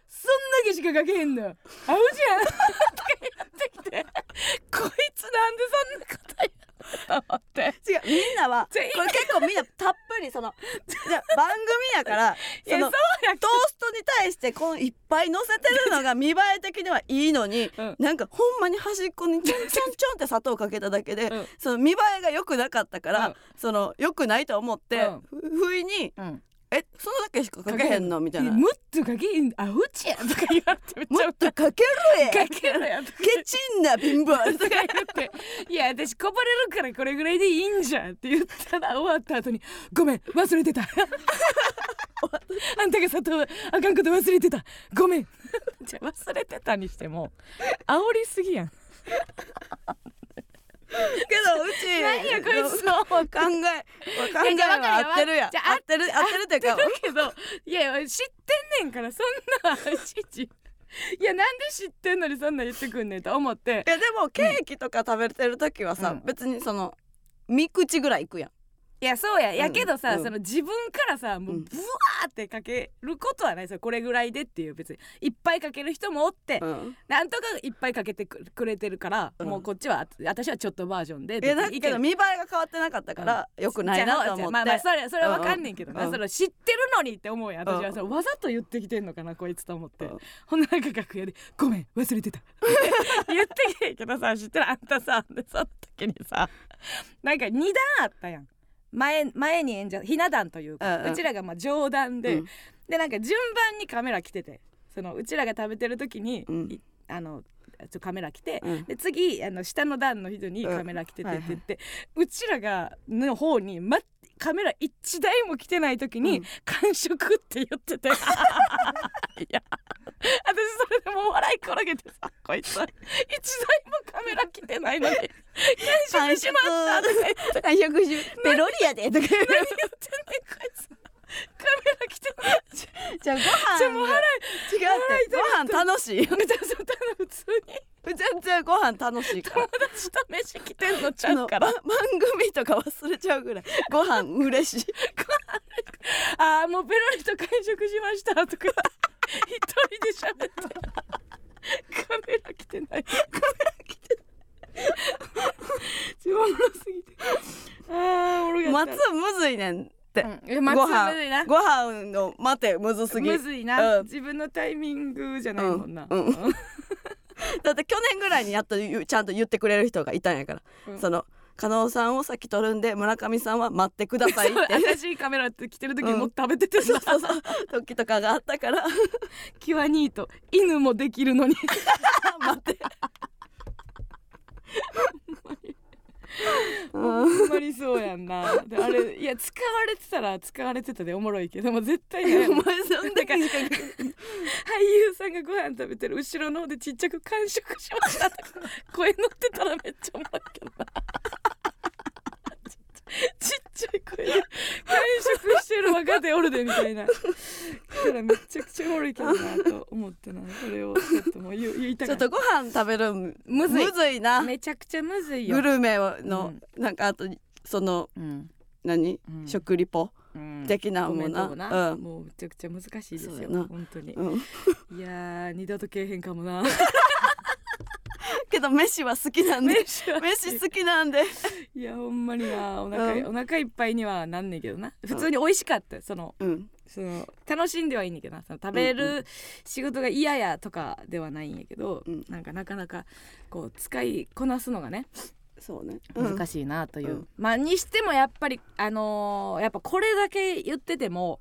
Speaker 2: そんだけしかかけへんのよ合うじゃん」とか言ってきて「こいつなんでそんなこと言うの?」と思って
Speaker 1: 違うみんなはこ
Speaker 2: じゃあ
Speaker 1: れ結構みんなたっぷりそのじゃあ番組やから
Speaker 2: い
Speaker 1: そ
Speaker 2: やそ
Speaker 1: の
Speaker 2: うやけ
Speaker 1: トーストに対してこのいっぱい乗せてるのが見栄え的にはいいのに、
Speaker 2: うん
Speaker 1: なんかほんまに端っこにちょんちょんちょんって砂糖かけただけで、
Speaker 2: うん
Speaker 1: その見栄えが良くなかったから、
Speaker 2: うん
Speaker 1: その良くないと思って、
Speaker 2: うん
Speaker 1: ふ不意に
Speaker 2: ど、うん、
Speaker 1: 「えそのだけしかかけへんの?」みたいな「も
Speaker 2: もっとかけへん合うじゃん」とか言われてめっちゃ
Speaker 1: っとかけろ
Speaker 2: か
Speaker 1: や
Speaker 2: けろやとか
Speaker 1: ケチんな貧乏」
Speaker 2: とか言って「いや私こぼれるからこれぐらいでいいんじゃん」って言ったら終わった後に「ごめん忘れてた」「あんたが砂糖あかんこと忘れてたごめん」じゃあ忘れてたにしても煽りすぎやん
Speaker 1: けどうち
Speaker 2: 何やこいつの考
Speaker 1: 考え考えは合ってるやん
Speaker 2: じゃあ
Speaker 1: 合ってる合ってるっていうか
Speaker 2: けどいやいや知ってんねんからそんないちいちいやなんで知ってんのにそんなん言ってくんねんと思って
Speaker 1: いやでもケーキとか食べてる時はさ、
Speaker 2: うん
Speaker 1: 別にその3口ぐらいいくやん
Speaker 2: いやそうややけどさ、
Speaker 1: うん
Speaker 2: その自分からさもううんブワーってかけることはないさこれぐらいでっていう別にいっぱいかける人もおって、
Speaker 1: うん、
Speaker 2: なんとかいっぱいかけてくくれてるから、
Speaker 1: うん
Speaker 2: もうこっちは私はちょっとバージョンで
Speaker 1: いやだけど
Speaker 2: み
Speaker 1: 見栄えが変わってなかったから、良くないなと思って、
Speaker 2: まあまあそれそれはわかんねんけどな、
Speaker 1: うん
Speaker 2: それ知ってるのにって思うやん私
Speaker 1: う
Speaker 2: は
Speaker 1: ん
Speaker 2: それわざと言ってきてんのかなこいつと思って、
Speaker 1: うん
Speaker 2: ほんならなんか楽屋で「ごめん忘 れてた」言ってきてんけどさ知ってるあんたさでその時にさなんか2段あったやん前前に演者ひな壇というか、
Speaker 1: う
Speaker 2: うん
Speaker 1: うん
Speaker 2: ちらがまあ上段で、
Speaker 1: うん
Speaker 2: でなんか順番にカメラ来ててそのうちらが食べてる時に、
Speaker 1: うん
Speaker 2: いあのちょっとカメラ来て、
Speaker 1: うん
Speaker 2: で次あの下の段の人に
Speaker 1: うん
Speaker 2: カメラ来てて
Speaker 1: はい
Speaker 2: っ
Speaker 1: は
Speaker 2: て
Speaker 1: い
Speaker 2: 言って、うちらがの方に、ま、カメラ一台も来てない時に
Speaker 1: うん
Speaker 2: 「完食」って言っ てていや私それでもう笑い転げてさこいつ一台もカメラ来てないのに「完食しました」とか言って
Speaker 1: 完食しペロリやでとか言う
Speaker 2: 何言ってんねんこいつカメラ来てない
Speaker 1: じゃあご
Speaker 2: じゃあもう
Speaker 1: 飯
Speaker 2: 払
Speaker 1: が違
Speaker 2: 腹
Speaker 1: うって
Speaker 2: 痛い
Speaker 1: ご飯楽しい
Speaker 2: いじゃあそんなの普通に
Speaker 1: 全然ご飯楽しいから
Speaker 2: 友達と飯来てんのち
Speaker 1: あ
Speaker 2: ゃう
Speaker 1: の
Speaker 2: か
Speaker 1: ば
Speaker 2: ら
Speaker 1: 番組とか忘れちゃうぐらいご飯嬉しい
Speaker 2: ああもうペロリと完食しました とか一人で喋ってカメラ来てないカメラ来てないおもろすぎてあーおもろかっ
Speaker 1: 待
Speaker 2: た
Speaker 1: つむずいねんって、
Speaker 2: うんいや待つ
Speaker 1: ご
Speaker 2: むずい
Speaker 1: 飯
Speaker 2: な
Speaker 1: ご飯の待てむずすぎ
Speaker 2: むずいな、
Speaker 1: うん
Speaker 2: 自分のタイミングじゃないもんな、
Speaker 1: うんうんだって去年ぐらいにやっと言うちゃんと言ってくれる人がいたんやから、
Speaker 2: うん
Speaker 1: その加納さんを先取るんで村上さんは待ってくださ いって
Speaker 2: 私カメラって来てる時にもう食べてて
Speaker 1: そう
Speaker 2: さ、
Speaker 1: そうそう時とかがあったから
Speaker 2: キュアニート犬もできるのに
Speaker 1: 待って
Speaker 2: ほんまにそうやんな であれいや使われてたら使われてたでおもろいけどもう絶対に
Speaker 1: お前そ んだ け
Speaker 2: 俳優さんがご飯食べてる後ろの方でちっちゃく完食しましたとか 声乗ってたらめっちゃおもろいけどな ちっちゃい声で完食してる若手おるでみたいなしたらめちゃくちゃおもろいけどなと思ってなそれをちょっともう言う言いた
Speaker 1: ち
Speaker 2: か
Speaker 1: ょ
Speaker 2: っ
Speaker 1: ったとご飯食べるむ
Speaker 2: むずい
Speaker 1: な
Speaker 2: めちゃくちゃむずいよ
Speaker 1: グ、ルメの、なんかあとその
Speaker 2: うん
Speaker 1: 何、
Speaker 2: うん
Speaker 1: 食リポ
Speaker 2: うん
Speaker 1: 的な
Speaker 2: ご
Speaker 1: も
Speaker 2: め
Speaker 1: ん
Speaker 2: ん
Speaker 1: な
Speaker 2: どうもな、
Speaker 1: うん
Speaker 2: もうめちゃくちゃ難しいです
Speaker 1: そう
Speaker 2: よ
Speaker 1: やな
Speaker 2: 本当に
Speaker 1: うん、
Speaker 2: いやー二度とけえへんか もな
Speaker 1: けど飯は好きなんで
Speaker 2: 飯は
Speaker 1: 飯好きなんで
Speaker 2: いやほんまになお腹、
Speaker 1: うん
Speaker 2: お腹いっぱいにはなんねんけどな普通に美味しかったよその
Speaker 1: うん
Speaker 2: その楽しんではいいねんけどなその食べ
Speaker 1: うん
Speaker 2: る仕事が嫌やとかではないんやけど、
Speaker 1: うん
Speaker 2: なんかなかなかこう使いこなすのがね
Speaker 1: そうね
Speaker 2: 難
Speaker 1: しい、
Speaker 2: しいなという、
Speaker 1: うん
Speaker 2: まあにしてもやっぱりあのーやっぱこれだけ言ってても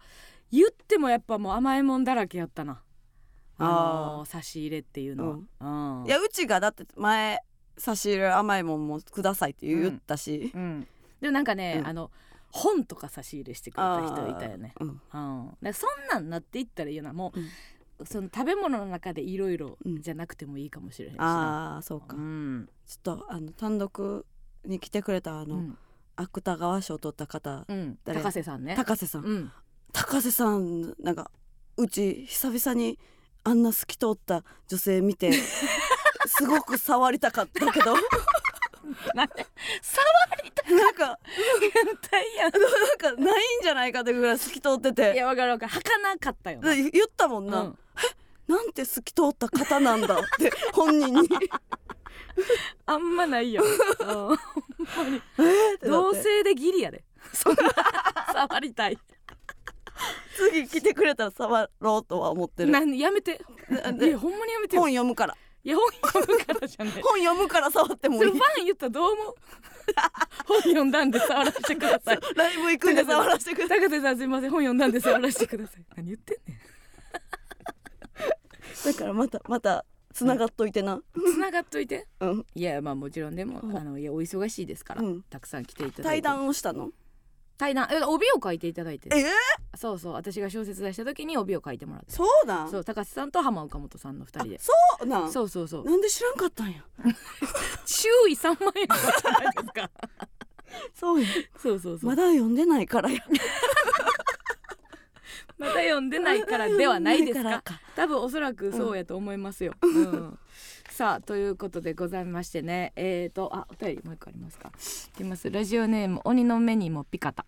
Speaker 2: 言ってもやっぱもう甘いもんだらけやったなあのー差し入れっていうのは、うん
Speaker 1: いやうちがだって前差し入れ甘いもんもくださいって言ったし、
Speaker 2: うん、でもなんかね、
Speaker 1: うん
Speaker 2: あの本とか差し入れしてくれた人いたよね
Speaker 1: うん
Speaker 2: うん、だからそんなんなっていったらいいよなもう、
Speaker 1: うん
Speaker 2: その食べ物の中でいろいろ
Speaker 1: うん
Speaker 2: じゃなくてもいいかもしれへんしな、
Speaker 1: ああそうか、
Speaker 2: うん
Speaker 1: ちょっとあの単独に来てくれたあ
Speaker 2: う
Speaker 1: の、
Speaker 2: ん
Speaker 1: 芥川賞を取った方、
Speaker 2: うん、
Speaker 1: 誰
Speaker 2: 高瀬さんね
Speaker 1: 高瀬さん、
Speaker 2: うん、
Speaker 1: 高瀬さんなんかうち久々にあんな透き通った女性見 てすごく触りたかったけど
Speaker 2: なんで
Speaker 1: なんか
Speaker 2: 変態やん
Speaker 1: なんかないんじゃないかってぐらい透き通って
Speaker 2: い
Speaker 1: て
Speaker 2: やわかるわかる儚かったよな、
Speaker 1: で言ったもんな、
Speaker 2: うん、
Speaker 1: なんて透き通った方なんだ って本人に
Speaker 2: あんまないよ、うん
Speaker 1: えーってなっ
Speaker 2: 同
Speaker 1: て
Speaker 2: 性でギリやでそんな 触りたい
Speaker 1: 次来てくれたら触ろうとは思ってる
Speaker 2: なんやめて
Speaker 1: なん
Speaker 2: い
Speaker 1: で
Speaker 2: やほんまにやめてよ
Speaker 1: 本読むから
Speaker 2: いや本読むからじゃねえ
Speaker 1: 本読むから触っても
Speaker 2: そ
Speaker 1: い
Speaker 2: れ
Speaker 1: い
Speaker 2: ファン言ったらどう思う 本読んだんで触らせてください
Speaker 1: ライブ行くんで触らせてくださ
Speaker 2: 高瀬さんすいません本読んだんで触らせてください 何言ってんね
Speaker 1: いだからまたまた繋がっといてな、
Speaker 2: ん繋がっといて
Speaker 1: うん、
Speaker 2: いやまあもちろんでも
Speaker 1: うん
Speaker 2: あのいやお忙しいですから、
Speaker 1: うん
Speaker 2: たくさん来ていただい
Speaker 1: 対
Speaker 2: て
Speaker 1: 談をしたの
Speaker 2: 対談え帯を書いていただいて
Speaker 1: えー、
Speaker 2: そうそう私が小説出した時に帯を書いてもらって
Speaker 1: そうなん
Speaker 2: そう高瀬さんと浜岡本さんの二人で
Speaker 1: そうなん
Speaker 2: そうそうそう
Speaker 1: なんで知らんかったんや
Speaker 2: 注意3万円だったじゃないですか
Speaker 1: 白い
Speaker 2: そうそうそう
Speaker 1: まだ読んでないからや
Speaker 2: まだ読んでないからで はないです
Speaker 1: 読んでな
Speaker 2: か
Speaker 1: いから
Speaker 2: 多分おそらくそうやと思いますよ、 うん、さあということでございましてねえー、とあお便りもう一個ありますかいきますラジオネーム鬼の目にもピカタ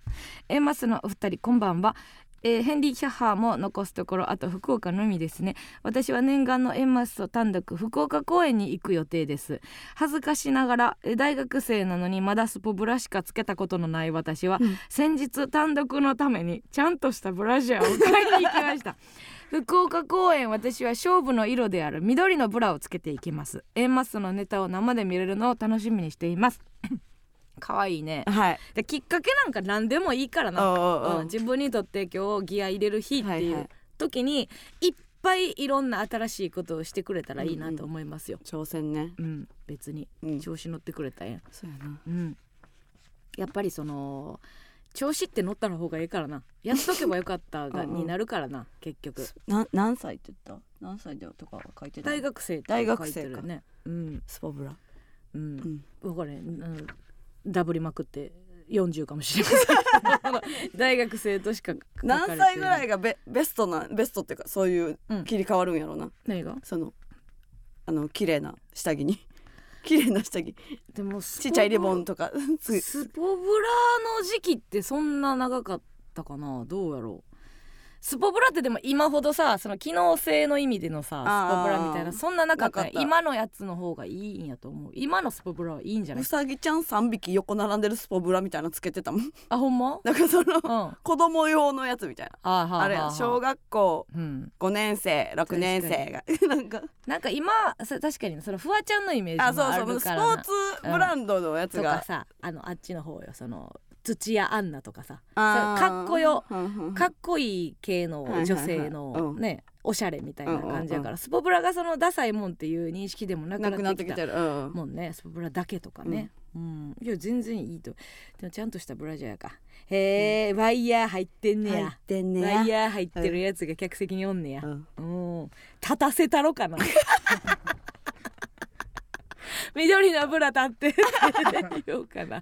Speaker 2: A マスのお二人こんばんはえーヘンリー・キャッハーも残すところあと福岡のみですね私は念願のエンマスと単独福岡公演に行く予定です恥ずかしながらえー大学生なのにまだスポブラしかつけたことのない私は、先日単独のためにちゃんとしたブラジャーを買いに行きました福岡公演私は勝負の色である緑のブラをつけていきますエンマスのネタを生で見れるのを楽しみにしています 可愛いね
Speaker 1: はい
Speaker 2: できっかけなんか何でもいいからなうん自分にとって今日ギア入れる日ってい
Speaker 1: はいは
Speaker 2: う
Speaker 1: い
Speaker 2: 時に、いっぱいいろんな新しいことをしてくれたらいいなと思いますよ。
Speaker 1: 挑戦ね
Speaker 2: うん、別に
Speaker 1: うん
Speaker 2: 調子乗ってくれたらええやん、
Speaker 1: そうやな
Speaker 2: うん、やっぱりその調子って乗ったの方がいいからなやっとけばよかったが
Speaker 1: うんうん
Speaker 2: になるからな結局
Speaker 1: な何歳って言った何歳だよとかは書いてない
Speaker 2: 大学生って
Speaker 1: 大
Speaker 2: 書
Speaker 1: 学
Speaker 2: いて
Speaker 1: 生か
Speaker 2: るよねうん
Speaker 1: スポブラ
Speaker 2: う
Speaker 1: うんん
Speaker 2: 分かれへんうんダブりまくって40かもしれません けど大学生としか書かれてない
Speaker 1: 何歳ぐらいがベベストなベストっていうかそういう
Speaker 2: うん
Speaker 1: 切り替わるんやろな
Speaker 2: 何が
Speaker 1: そのあの綺麗な下着に 綺麗な下着
Speaker 2: でも
Speaker 1: ちっちゃいリボ
Speaker 2: ン
Speaker 1: ンとかつい
Speaker 2: スポブラの時期ってそんな長かったかなどうやろうスポブラってでも今ほどさその機能性の意味でのさ
Speaker 1: あー
Speaker 2: スポブラみたいなそんななかったね
Speaker 1: なかった
Speaker 2: 今のやつの方がいいんやと思う今のスポブラはいいんじゃな
Speaker 1: う
Speaker 2: い
Speaker 1: さぎちゃん3匹横並んでるスポブラみたいなのつけてたもん
Speaker 2: あほんま
Speaker 1: だからその
Speaker 2: うんあ
Speaker 1: 子供用のやつみたいな
Speaker 2: はは
Speaker 1: あれや小学校
Speaker 2: うん、
Speaker 1: 5年生6年生が なんか
Speaker 2: なんか今さ確かにそのフワちゃんのイメー
Speaker 1: あ
Speaker 2: ジも
Speaker 1: そう
Speaker 2: あ
Speaker 1: そう
Speaker 2: る
Speaker 1: スポ
Speaker 2: からな
Speaker 1: ーツブランドのやつ
Speaker 2: とか
Speaker 1: が
Speaker 2: さあのあっちの方よその土屋アンナとかさ
Speaker 1: あー
Speaker 2: そうかっこよ
Speaker 1: うんうんうん
Speaker 2: かっこいい系の女性
Speaker 1: はいはいはい
Speaker 2: の
Speaker 1: うん
Speaker 2: ねおしゃれみたいな感じや
Speaker 1: うんうんう
Speaker 2: からスポブラがそのダサいもんっていう認識でもなく
Speaker 1: なくな
Speaker 2: なっ
Speaker 1: っててき
Speaker 2: きた
Speaker 1: てるうん
Speaker 2: もんねスポブラだけとかね。うん、いや全然いいとでもちゃんとしたブラジャーやかへえ、ワイヤー入ってんねや
Speaker 1: 入ってん
Speaker 2: ワイ
Speaker 1: ねや
Speaker 2: ヤー入ってるやつが客席におんねや、
Speaker 1: うん
Speaker 2: うん、立たせたろかな緑のブラ立ってって言おうかな、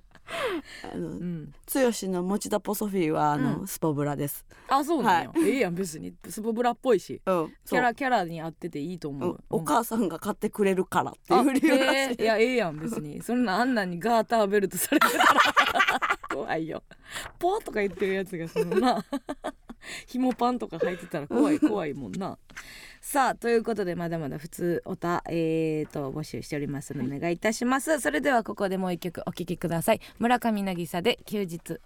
Speaker 1: あの
Speaker 2: うん、
Speaker 1: 剛の持田ポソフィーはあの、
Speaker 2: う
Speaker 1: スポブラです。
Speaker 2: あそうなんや、ええやん別にスポブラっぽいし
Speaker 1: うん、
Speaker 2: キャラキャラに合ってていいと
Speaker 1: そう、
Speaker 2: 思
Speaker 1: うん
Speaker 2: う。
Speaker 1: お
Speaker 2: っ
Speaker 1: 母さんが買ってくれるからっていう理由らしい。
Speaker 2: いやええやん別に。そんなあんなにガーターベルトされてたら 怖いよ。ポーとか言ってるやつがそのな。 紐パンとか履いてたら怖い怖いもんな。さあということでまだまだ普通おたえー、と募集しておりますのでお願いいたします。それではここでもう一曲お聴きください。村上渚で休日。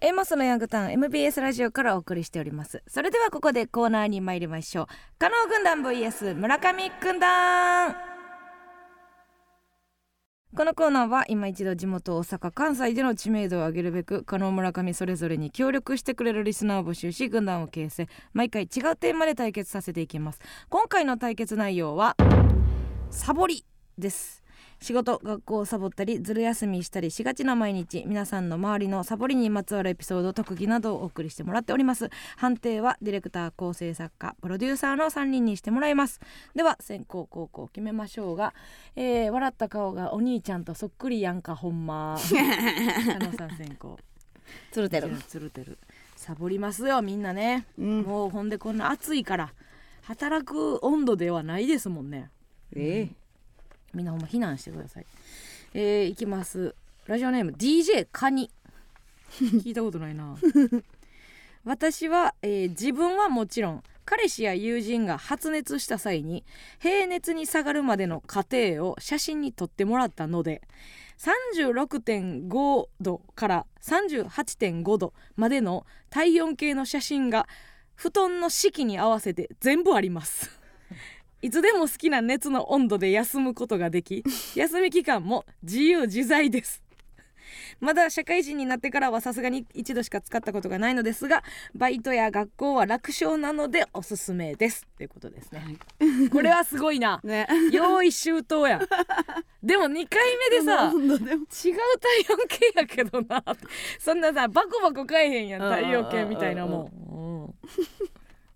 Speaker 2: エマスのヤングタウン MBS ラジオからお送りしておりますそれではここでコーナーに参りましょう加納軍団 VS 村上軍団このコーナーは今一度地元大阪関西での知名度を上げるべく加納村上それぞれに協力してくれるリスナーを募集し軍団を形成毎回違うテーマで対決させていきます今回の対決内容はサボりです仕事学校をサボったりずる休みしたりしがちな毎日皆さんの周りのサボりにまつわるエピソード特技などをお送りしてもらっております判定はディレクター構成作家プロデューサーの3人にしてもらいますでは先行後攻決めましょうが、えー笑った顔がお兄ちゃんとそっくりやんかほんま加納さん先行
Speaker 1: つるて
Speaker 2: つる。つるてるサボりますよみんなね
Speaker 1: うん、
Speaker 2: もうほんでこんな暑いから働く温度ではないですもんね
Speaker 1: え
Speaker 2: みんなほんま避難してくださいえー、いきますラジオネーム DJ カニ 聞いたことないな 私は、えー自分はもちろん彼氏や友人が発熱した際に平熱に下がるまでの過程を写真に撮ってもらったので36.5度から38.5度までの体温計の写真が布団の式に合わせて全部あり ますいつでも好きな熱の温度で休むことができ休み期間も自由自在ですまだ社会人になってからはさすがに一度しか使ったことがないのですがバイトや学校は楽勝なのでおすすめですということですね、これはすごい な
Speaker 1: ね。
Speaker 2: 用意周到やんでも2回目でさ
Speaker 1: なんだ でも
Speaker 2: 違う体温計やけどなそんなさバコバコ買えへんやん
Speaker 1: うんうんうんうん
Speaker 2: 体温計みたいなもんうん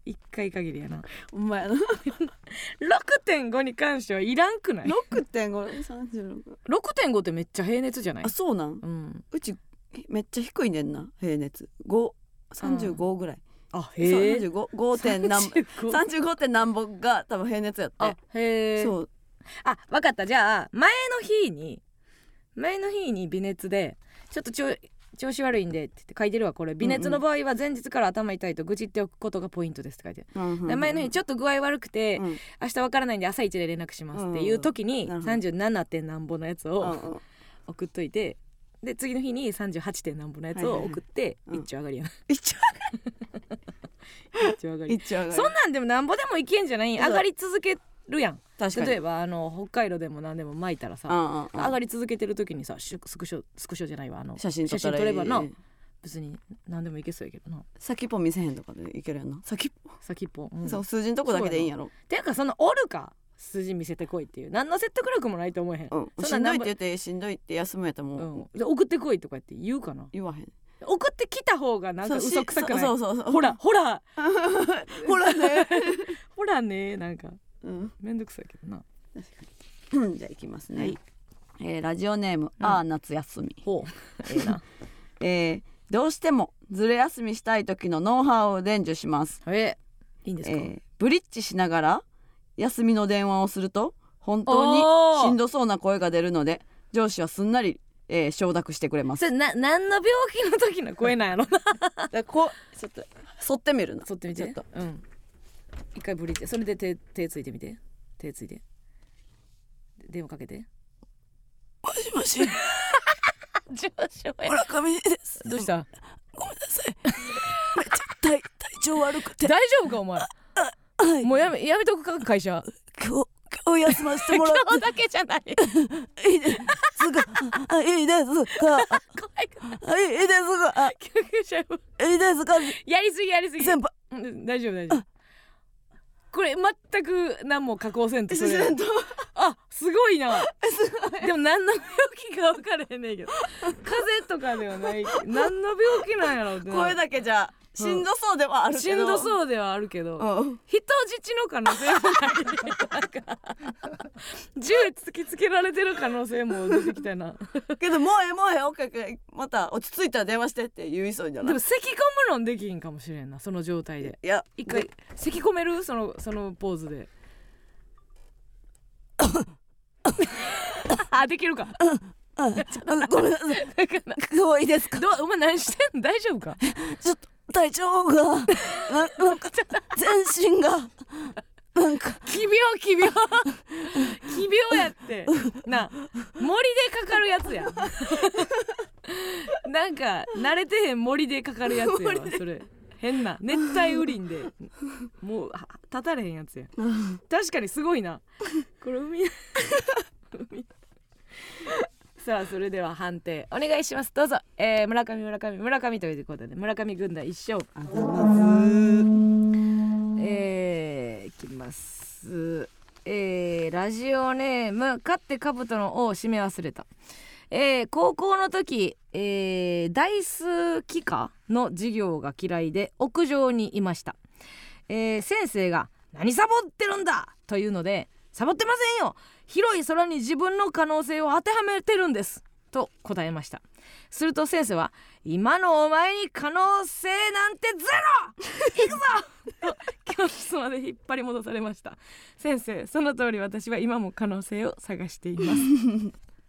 Speaker 2: 一回限りやな
Speaker 1: お前の
Speaker 2: 6.5に関してはいらんくない
Speaker 1: 六点五三十六。
Speaker 2: 6.5ってめっちゃ平熱じゃない
Speaker 1: あ、そうなん。
Speaker 2: うん、
Speaker 1: うちめっちゃ低いねんな平熱五三十五ぐらい。
Speaker 2: あ
Speaker 1: 三
Speaker 2: へえ
Speaker 1: 十五五点何三十五点何本が多分平熱やっ
Speaker 2: あ
Speaker 1: て。
Speaker 2: へえ
Speaker 1: そう
Speaker 2: あわかったじゃあ前の日に前の日に微熱でちょっとちょ調子悪いんでって言って書いてるわこれ微熱の場合は前日から頭痛いと愚痴っておくことがポイントですって書いてある、
Speaker 1: うんうんうん。
Speaker 2: で前の日ちょっと具合悪くて、
Speaker 1: うん
Speaker 2: 明日わからないんで朝一で連絡しますっていう時に
Speaker 1: うんなるほど
Speaker 2: 37点何本のやつを、
Speaker 1: うんうん
Speaker 2: 送っといてで次の日に38点何本のやつを送って
Speaker 1: はいはいはいうん
Speaker 2: 一丁上がりや な
Speaker 1: 一応
Speaker 2: 一丁上がり
Speaker 1: 一応上がる
Speaker 2: そんなんでもなんぼでもいけんじゃない
Speaker 1: そう
Speaker 2: 上がり続けるやん
Speaker 1: 確かに。
Speaker 2: 例えばあの北海道でも何でも巻いたら
Speaker 1: う
Speaker 2: さ
Speaker 1: んうんうん
Speaker 2: 上がり続けてる時にさシュスクショスクショじゃないわあの
Speaker 1: 写真撮ったらいい
Speaker 2: 写真撮ればな別に何でもいけそうやけどな
Speaker 1: 先っぽ見せへんとかでいけるやんな先っぽ、
Speaker 2: 先っぽ、うん
Speaker 1: そう数字のとこだけでいいんやろ
Speaker 2: ていうかそのおるか筋見せてこいっていう何の説得力もないと思えへん、
Speaker 1: う、ん、し
Speaker 2: そん
Speaker 1: んど
Speaker 2: ない
Speaker 1: って
Speaker 2: んぼ
Speaker 1: 言ってしんどいって休むやったらもう、
Speaker 2: うんで送ってこいとかって言うかな
Speaker 1: 言わへん
Speaker 2: 送ってきた方がなんか
Speaker 1: そうし
Speaker 2: 嘘くさくない
Speaker 1: そうそうそうそう
Speaker 2: ほらほら
Speaker 1: ほらね、
Speaker 2: ほらねなんか
Speaker 1: うん、
Speaker 2: めんどくさいけどな
Speaker 1: うんじゃあいきますね、
Speaker 2: はい
Speaker 1: えーラジオネーム、
Speaker 2: うん
Speaker 1: あー夏休み、
Speaker 2: ほうええな
Speaker 1: えーどうしてもずれ休みしたい時のノウハウを伝授します、
Speaker 2: えいいんで
Speaker 1: え
Speaker 2: すか、
Speaker 1: ーブリッジしながら休みの電話をすると本当
Speaker 2: お
Speaker 1: に
Speaker 2: ー
Speaker 1: しんどそうな声が出るので上司はすんなり、えー承諾してくれます
Speaker 2: それな何の病気の時の声なんやろな
Speaker 1: だこうちょっと反ってみるな
Speaker 2: そってみて
Speaker 1: ちょっと
Speaker 2: うん一回ブリッジそれで手手ついてみて手ついてで電話かけて
Speaker 1: もしも し
Speaker 2: 上昇
Speaker 1: 村上です
Speaker 2: どうした
Speaker 1: めっちゃ体体調悪くて
Speaker 2: 大丈夫かお前
Speaker 1: はい
Speaker 2: もうやめやめとくか会社
Speaker 1: 今日今日休ませてもらっ
Speaker 2: 今日だけじゃない
Speaker 1: ていいですかあいいですか
Speaker 2: 怖いから
Speaker 1: あいいですかあ
Speaker 2: 救急車呼ぶ
Speaker 1: いいですか
Speaker 2: やりすぎやりすぎ
Speaker 1: 先輩
Speaker 2: うん大丈夫大丈夫これ全く何も加工せんとそ
Speaker 1: 自
Speaker 2: れ
Speaker 1: 然と
Speaker 2: あすごいなでも何の病気か分からへんねんけど風邪とかではない何の病気なんやろってな
Speaker 1: 声だけじゃしんどそうではある
Speaker 2: し
Speaker 1: け
Speaker 2: ん
Speaker 1: ど
Speaker 2: どそうではあるけど、
Speaker 1: うん
Speaker 2: 人質の可能性もないなんか銃突きつけられてる可能性も出てきたな
Speaker 1: けどもうええもうええオッケーオッケーまた落ち着いたら電話してって言いそうじゃ
Speaker 2: で
Speaker 1: ない
Speaker 2: も咳込むのんできんかもしれんなその状態で
Speaker 1: いや
Speaker 2: 一回咳込めるそのそのポーズであできるか
Speaker 1: ああごめんなさい
Speaker 2: だから
Speaker 1: 今日はいいですか
Speaker 2: どうお前何してんの大丈夫か
Speaker 1: ちょっと体調がななんか全身がなん か
Speaker 2: 奇病奇病奇病やってなあ森でかかるやつや なんか慣れてへん森でかかるやつやわそれ変な熱帯雨林でもうは立たれへんやつや確かにすごいなこれ海海さあそれでは判定お願いしますどうぞ、えー村上村上村上ということで村上軍団一勝えー、いきます。えー、ラジオネーム「勝って兜の王を締め忘れた」えー、高校の時、えー、ダイス機科の授業が嫌いで屋上にいました、えー、先生が「何サボってるんだ!」というので「サボってませんよ広い空に自分の可能性を当てはめてるんです」と答えましたすると先生は「今のお前に可能性なんてゼロ!」 教室まで引っ張り戻されました先生その通り私は今も可能性を探していま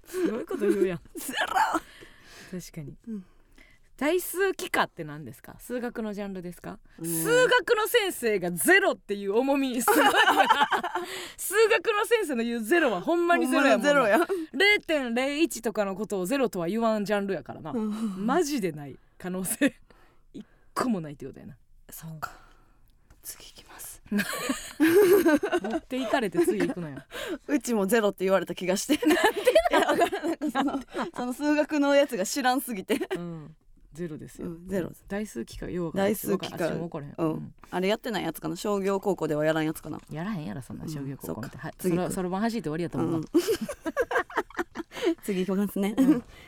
Speaker 2: すすごいこと言うやん確かに、
Speaker 1: うん
Speaker 2: 大数幾何って何ですか数学のジャンルですか、
Speaker 1: ん
Speaker 2: 数学の先生がゼロっていう重みすごい な数学の先生の言うゼロはほんまにゼロやもんな
Speaker 1: ゼロや
Speaker 2: 0.01とかのことをゼロとは言わんジャンルやからな、マジでない可能性一個もないってことやな
Speaker 1: そうか次いきます
Speaker 2: 持っていかれて次行くのよ
Speaker 1: うちもゼロって言われた気がしてなんでなんかそのその数学のやつが知らんすぎて
Speaker 2: うんゼロです
Speaker 1: う
Speaker 2: よ、
Speaker 1: んゼロです
Speaker 2: 台数機かよう
Speaker 1: 台数機か
Speaker 2: もうこれへん、
Speaker 1: うん
Speaker 2: うん
Speaker 1: あれやってないやつかな商業高校ではやらんやつかな
Speaker 2: やらへんやろそんな商業高校みたいな、
Speaker 1: うんそっか次行く
Speaker 2: はいそろばん走って終わりやと
Speaker 1: う
Speaker 2: 思うわ、
Speaker 1: ん 次いきますね、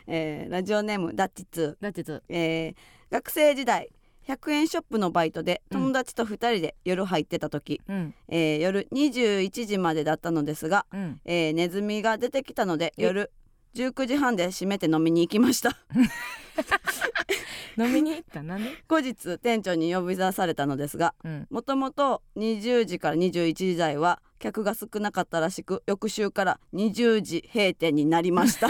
Speaker 1: えーラジオネームダッチツー
Speaker 2: だってちょっと
Speaker 1: えー学生時代100円ショップのバイトで
Speaker 2: うん
Speaker 1: 友達と2人で夜入ってた時、
Speaker 2: うん
Speaker 1: えー夜21時までだったのですが、
Speaker 2: うん
Speaker 1: えーネズミが出てきたので
Speaker 2: え
Speaker 1: 夜19時半で閉めて飲みに行きました
Speaker 2: 飲みに行ったなんで
Speaker 1: 後日店長に呼び出されたのですが
Speaker 2: うん
Speaker 1: もともと20時から21時台は客が少なかったらしく翌週から20時閉店になりま した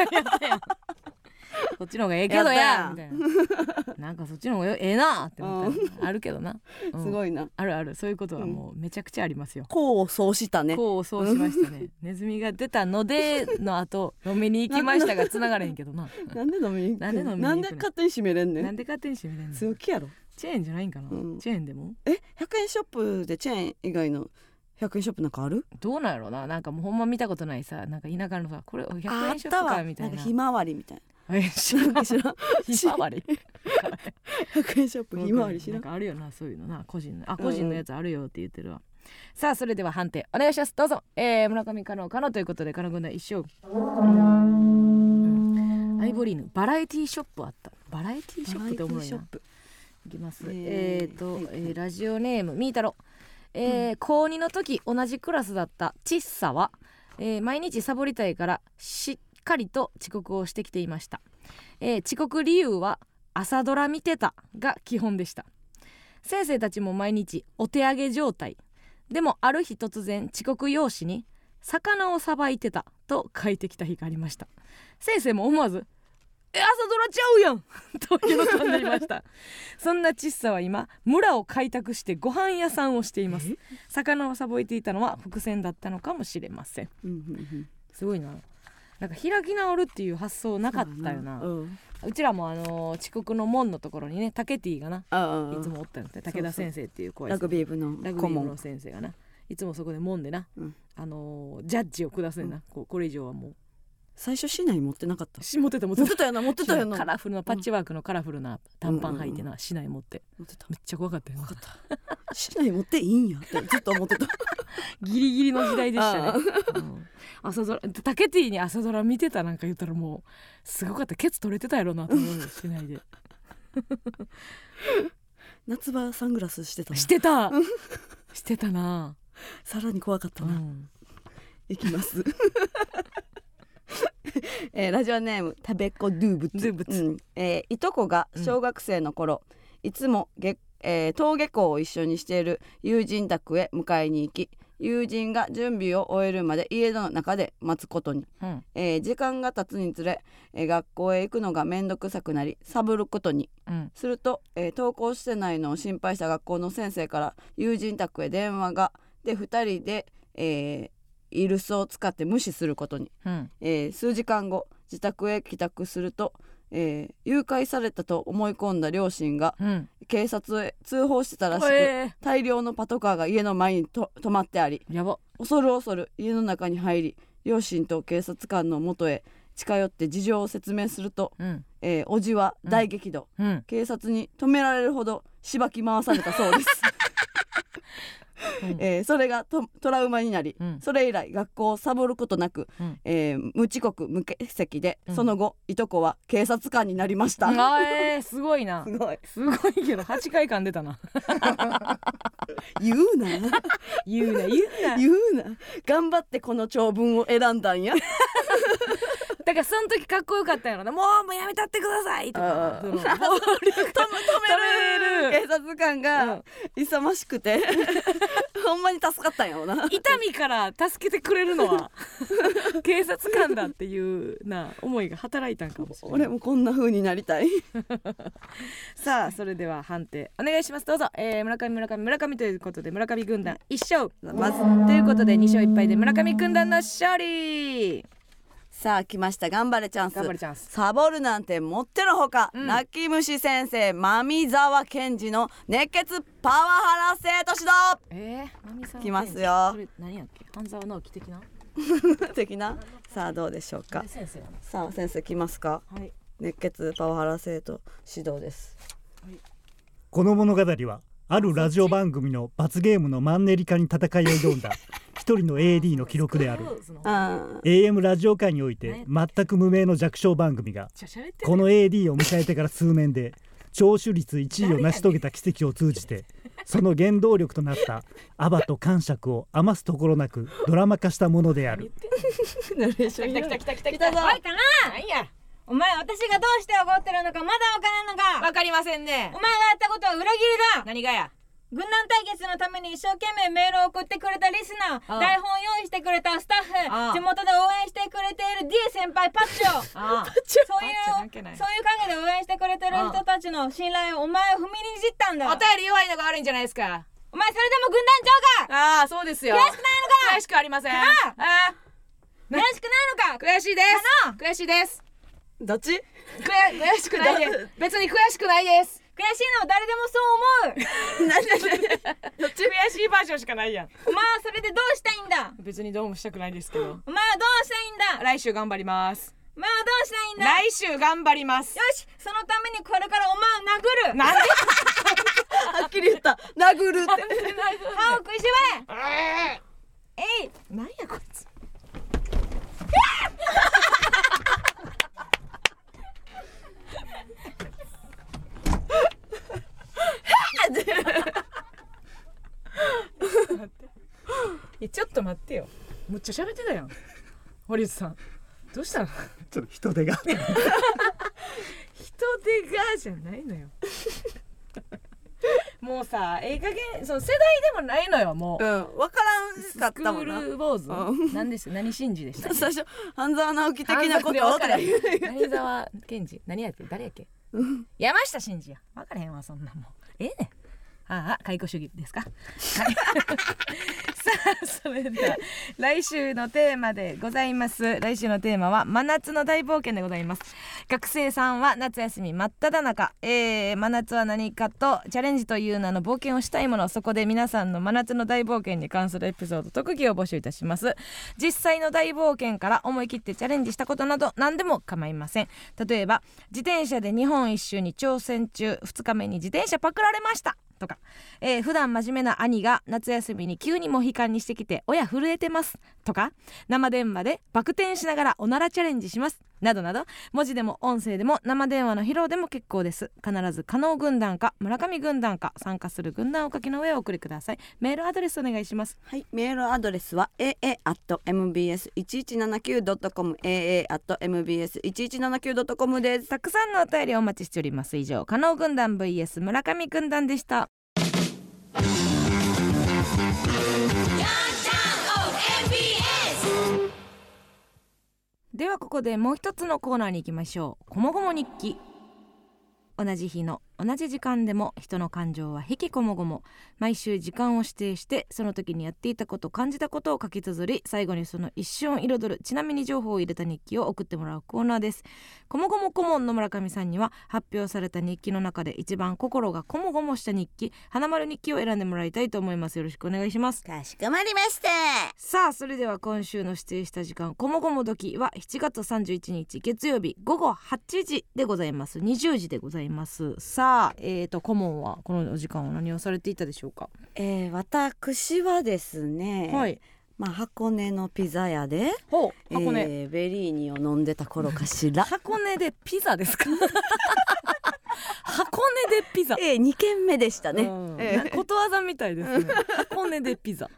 Speaker 2: そっちの方がええけどや
Speaker 1: やっ
Speaker 2: み
Speaker 1: た
Speaker 2: たいななんかそっちの方がええなって思ったよあるけどな、うん
Speaker 1: すごいな
Speaker 2: あるあるそういうことはもうめちゃくちゃありますよ、
Speaker 1: 功を奏したね
Speaker 2: こうそうしま したねネズミが出たのでの後飲みに行きましたが繋がれへんけどな
Speaker 1: なんで飲みに行く
Speaker 2: なんで飲みに行くの
Speaker 1: なんで勝手に閉めれんね
Speaker 2: なん
Speaker 1: ん
Speaker 2: で勝手に閉めてんの
Speaker 1: 強気やろ
Speaker 2: チェーンじゃないんかな、
Speaker 1: うん
Speaker 2: チェーンでも
Speaker 1: え100円ショップでチェーン以外の100円ショップなんかある
Speaker 2: どうなんやろうななんかもうほんま見たことないさなんか田舎のさこれ100
Speaker 1: あ
Speaker 2: 円ショ
Speaker 1: っ
Speaker 2: ッ
Speaker 1: た
Speaker 2: プ
Speaker 1: わ
Speaker 2: か
Speaker 1: なん
Speaker 2: みた
Speaker 1: か
Speaker 2: いな
Speaker 1: ひ まわりみたい
Speaker 2: え知
Speaker 1: な
Speaker 2: ら
Speaker 1: なんん か知らん
Speaker 2: ひまわり
Speaker 1: 100円ショップひまわり知ら
Speaker 2: なん
Speaker 1: ん
Speaker 2: かあるよなそういうのな個人のあ個人のやつあるよって言ってるわ、さあそれでは判定お願いしますどうぞ、えー、村上かのかのということでかの軍団一生、うんアイボリーヌバラエティショップあったバラエティショップっておもろい
Speaker 1: ショ
Speaker 2: な
Speaker 1: ップ
Speaker 2: いきます。
Speaker 1: ね
Speaker 2: えっ、と、
Speaker 1: はい
Speaker 2: えーラジオネームみーたろ。えー高2の時同じクラスだったちっさは、えー毎日サボりたいからしっかりと遅刻をしてきていました、えー遅刻理由は朝ドラ見てたが基本でした先生たちも毎日お手上げ状態でもある日突然遅刻用紙に魚をさばいてたと書いてきた日がありました先生も思わず「え朝ドラちゃうやん! 」 と喜んでいましたそんなちっさは今村を開拓してご飯屋さんをしています魚をさぼいていたのは伏線だったのかもしれません
Speaker 1: うんうん
Speaker 2: すごいななんか開き直るっていう発想なかったよな
Speaker 1: う
Speaker 2: うんちらもあのー遅刻の門のところにねタケティがな
Speaker 1: ああ
Speaker 2: いつもおったんで武田先生っていう子や
Speaker 1: ラグビー部の
Speaker 2: ラグ
Speaker 1: 顧
Speaker 2: ビー部
Speaker 1: 問
Speaker 2: の先生がないつもそこで門でな、
Speaker 1: うん
Speaker 2: あのージャッジを下すねんな、こうこれ以上はも
Speaker 1: 最初市内持ってなかった
Speaker 2: うし持ってた持っ
Speaker 1: 持
Speaker 2: て
Speaker 1: って
Speaker 2: た
Speaker 1: たよな持ってた よな
Speaker 2: カラフルなパッチワークのカラフルな短パン履いてな、
Speaker 1: う
Speaker 2: 市内持って
Speaker 1: 持ってた
Speaker 2: めっちゃ怖かったよな
Speaker 1: 分かった市内持っていいんやってずっと思ってた
Speaker 2: ギリギリの時代でした
Speaker 1: ああ
Speaker 2: ね。うん朝ドラ、タケティに朝ドラ見てたなんか言ったらもうすごかった。ケツ取れてたやろうなと 思うよしないで。
Speaker 1: 夏場サングラスしてたな
Speaker 2: してた。してたな。
Speaker 1: さらに怖かった
Speaker 2: う
Speaker 1: な、
Speaker 2: ん。
Speaker 1: いきます。 えーラジオネームタベコドゥーブツ
Speaker 2: ドゥーブツ
Speaker 1: うんえーいとこが小学生の頃、いつもげ、えー登下校を一緒にしている友人宅へ迎えに行き友人が準備を終えるまで家の中で待つことに、
Speaker 2: うん。
Speaker 1: えー時間が経つにつれ、えー学校へ行くのが面倒くさくなりサボることに
Speaker 2: うん。
Speaker 1: すると、えー登校してないのを心配した学校の先生から友人宅へ電話がで2人で、えーイルスを使って無視することに、
Speaker 2: うん。
Speaker 1: えー数時間後自宅へ帰宅すると、えー誘拐されたと思い込んだ両親が
Speaker 2: うん。
Speaker 1: 警察へ通報してたらしく、
Speaker 2: え
Speaker 1: 大量のパトカーが家の前にと止まってあり
Speaker 2: ーやば。
Speaker 1: 恐る恐る家の中に入り両親と警察官の元へ近寄って事情を説明すると、
Speaker 2: うん。
Speaker 1: えー、おじは大激怒、
Speaker 2: うん。
Speaker 1: 警察に止められるほどしばき回されたそうです、
Speaker 2: うん
Speaker 1: えーそれがトトラウマになり、
Speaker 2: うん
Speaker 1: それ以来学校をサボることなく、
Speaker 2: うん
Speaker 1: えー無遅刻無欠席で、
Speaker 2: うん
Speaker 1: その後いとこは警察官になりました、
Speaker 2: あえーすごいな
Speaker 1: す。ごい
Speaker 2: すごいけど八回間出たな。
Speaker 1: 言うな
Speaker 2: 言うな言うな。
Speaker 1: 言うな頑張ってこの長文を選んだんや
Speaker 2: だからその時かっこよかったんやろな。もうもうやめたってくださいと
Speaker 1: あ
Speaker 2: か。
Speaker 1: ー
Speaker 2: そのもう 止め
Speaker 1: 警
Speaker 2: る
Speaker 1: 察官が勇ましく てほんまに助かったんやろな
Speaker 2: 痛みから助けてくれるのは警察官だっていうな思いが働いたんかもしれな
Speaker 1: 俺
Speaker 2: い
Speaker 1: もこんな風になり たい
Speaker 2: さあそれでは判定お願いしますどうぞ、えー、村上村上村上ということで村上軍団一勝
Speaker 1: まず
Speaker 2: ということで二勝一敗で村上軍団の勝利
Speaker 1: さあ来ました頑張れチャンス
Speaker 2: 頑張れチャンス
Speaker 1: サボるなんてもってのほか、
Speaker 2: うん
Speaker 1: 泣き虫先生mamy沢健二の熱血パワハラ生徒
Speaker 2: えー、マミさん
Speaker 1: 来ますよ
Speaker 2: それ何やっけ半沢直樹的な
Speaker 1: 指 導的なさあどうでしょうか
Speaker 2: 先生なんです
Speaker 1: さあ先生来ますか
Speaker 2: はい
Speaker 1: 熱血パワハラ生徒指導です
Speaker 5: この物語はあるラジオ番組の罰ゲームのマンネリ化に戦いを挑んだ一人の AD の記録である
Speaker 2: そうですのめっ
Speaker 1: あー
Speaker 5: AM ラジオ界において全く無名の弱小番組が
Speaker 2: ちゃ喋ってる
Speaker 5: この AD を迎えてから数年で聴取率1位を成し遂げた奇跡を通じてその原動力となったアバと感触を余すところなくドラマ化したものである
Speaker 1: ナレーションい
Speaker 6: 来
Speaker 1: ら
Speaker 6: た来
Speaker 1: ない
Speaker 6: た来た
Speaker 1: 来
Speaker 6: 来た来
Speaker 1: たぞ
Speaker 6: おいかななんやお前私がどうして怒ってるのかまだわからんのか
Speaker 2: わかりませんね
Speaker 6: お前がやったことは裏切りだ
Speaker 2: 何がや
Speaker 6: 軍団対決のために一生懸命メールを送ってくれたリスナ
Speaker 2: ああ
Speaker 6: ー台本用意してくれたスタ
Speaker 2: あ
Speaker 6: ッ
Speaker 2: あ
Speaker 6: フ地元で応援してくれている D 先輩パッチョ
Speaker 2: ああパ
Speaker 6: そういう
Speaker 2: ッチョ
Speaker 6: そう
Speaker 2: ないん
Speaker 6: う
Speaker 2: かない
Speaker 6: 陰で応援してくれてる人たちの信頼をお前を踏みにじったんだ
Speaker 2: お便り弱いのが悪いんじゃないですか
Speaker 6: お前それでも軍団長か
Speaker 2: ああそうですよ
Speaker 6: 悔しくないのか
Speaker 2: 悔しくありません
Speaker 6: な
Speaker 2: あ
Speaker 6: あ
Speaker 2: あ
Speaker 6: 悔しくないのか
Speaker 2: 悔しいです悔しいです
Speaker 1: どっち
Speaker 2: 悔悔しくな いです別に悔しくないです
Speaker 6: 悔しいのは誰でもそう思う
Speaker 2: 悔しいバージョンしかないやん
Speaker 6: お前はそれでどうしたいんだ
Speaker 2: 別にどうもしたくないですけど
Speaker 6: お前はどうしたいんだ
Speaker 2: 来週頑張ります
Speaker 6: お前はどうしたいんだ
Speaker 2: 来週頑張ります
Speaker 6: よしそのためにこれからお前を殴る
Speaker 2: なんで
Speaker 1: はっきり言った殴るって
Speaker 6: 歯を食いしばれえい
Speaker 2: なんやこいつ いやちょっと待ってよむっちゃ喋ってたやん堀内さんどうしたの人
Speaker 5: ちょっと人手が
Speaker 2: 手がじゃないのよ もうさええ加減その世代でもないのよもう、
Speaker 1: うんわからんかっ
Speaker 2: スク
Speaker 1: たもんな
Speaker 2: ール坊主何です何信じで した
Speaker 1: 最初半沢直樹的なことをとか言う
Speaker 2: 何沢賢治何やって誰やっけ山下真司や分からへんわそんなもんええねんああ解雇主義ですか、はい、さ あそれでは来週のテーマでございます来週のテーマは真夏の大冒険でございます学生さんは夏休み真っ只中、えー、真夏は何かとチャレンジという名の冒険をしたいものそこで皆さんの真夏の大冒険に関するエピソード特技を募集いたします実際の大冒険から思い切ってチャレンジしたことなど何でも構いません例えば自転車で日本一周に挑戦中2日目に自転車パクられましたとか、えー普段真面目な兄が夏休みに急にモヒカンにしてきて親震えてますとか生電話でバク転しながらおならチャレンジしますなどなど文字でも音声でも生電話の披露でも結構です必ず加納軍団か村上軍団か参加する軍団を書きの上お送りくださいメールアドレスお願いします
Speaker 1: はい、メールアドレスは aa at mbs 一一七九ドットコム aa at mbs 一一七九ドットコムです。
Speaker 2: たくさんのお便りをお待ちしております以上加納軍団 vs 村上軍団でしたではここでもう一つのコーナーに行きましょうこもごも日記同じ日の同じ時間でも人の感情は引きこもごも毎週時間を指定してその時にやっていたこと感じたことを書き綴り最後にその一瞬を彩るちなみに情報を入れた日記を送ってもらうコーナーですこもごも顧問の村上さんには発表された日記の中で一番心がこもごもした日記花丸日記を選んでもらいたいと思いますよろしくお願いします
Speaker 1: かしこまりました。
Speaker 2: さあそれでは今週の指定した時間「こもごも時」は7月31日月曜日午後8時でございます20時でございますさあえー、と顧問はこのお時間は何をされていたでしょうか
Speaker 1: えー、私はですね、
Speaker 2: い
Speaker 1: まあ箱根のピザ屋で、
Speaker 2: ほう箱根、
Speaker 1: えーベリーニを飲んでた頃かし ら。
Speaker 2: 箱根でピザですか 箱根でピザ
Speaker 1: えー、二軒目でしたね。
Speaker 2: うん
Speaker 1: ええ
Speaker 2: ことわざみたいですね箱根でピザ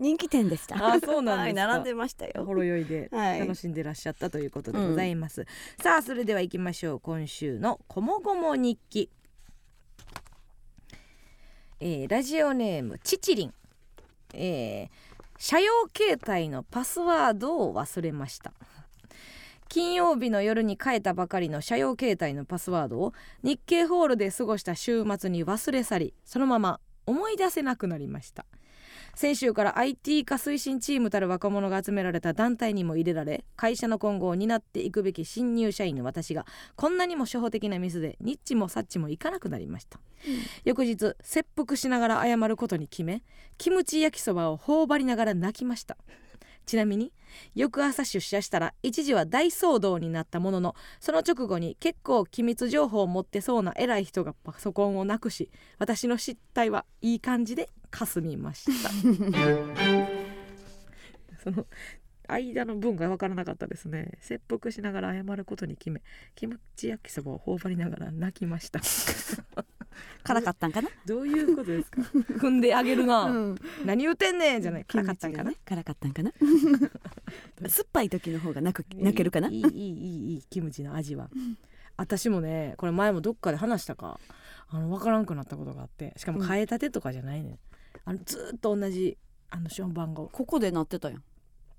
Speaker 1: 人気店でした。
Speaker 2: あそうなんですか
Speaker 1: はい、並んでましたよ。
Speaker 2: ほろ酔いで
Speaker 1: はい
Speaker 2: 楽しんでらっしゃったということでございます、さあそれでは行きましょう今週の「こもごも日記」えーラジオネームちちりんえー社用携帯のパスワードを忘れました金曜日の夜に変えたばかりの社用携帯のパスワードを日経ホールで過ごした週末に忘れ去りそのまま思い出せなくなりました先週から IT 化推進チームたる若者が集められた団体にも入れられ会社の今後を担っていくべき新入社員の私がこんなにも初歩的なミスでニッチもサッチもいかなくなりました、翌日切腹しながら謝ることに決めキムチ焼きそばを頬張りながら泣きましたちなみに翌朝出社したら一時は大騒動になったもののその直後に結構機密情報を持ってそうな偉い人がパソコンをなくし私の失 態はいい感じでかすみましたその間の文が分からなかったですね切腹しながら謝ることに決めキムチ焼きそばを頬張りながら泣きました
Speaker 1: 辛かったんかな
Speaker 2: どういうこ とですか
Speaker 7: 踏んであげるな、
Speaker 1: うん
Speaker 7: 何言うてんねんじゃない
Speaker 1: 辛かったんかな辛かったんかな 酸っぱい時の方が泣く泣けるかない
Speaker 2: いいいいいいキムチの味は私もねこれ前もどっかで話したかあの分からんくなったことがあってしかも
Speaker 1: うん
Speaker 2: 変えたてとかじゃないね、ん、あのずーっと同じあのション番号
Speaker 1: ここでなってたやん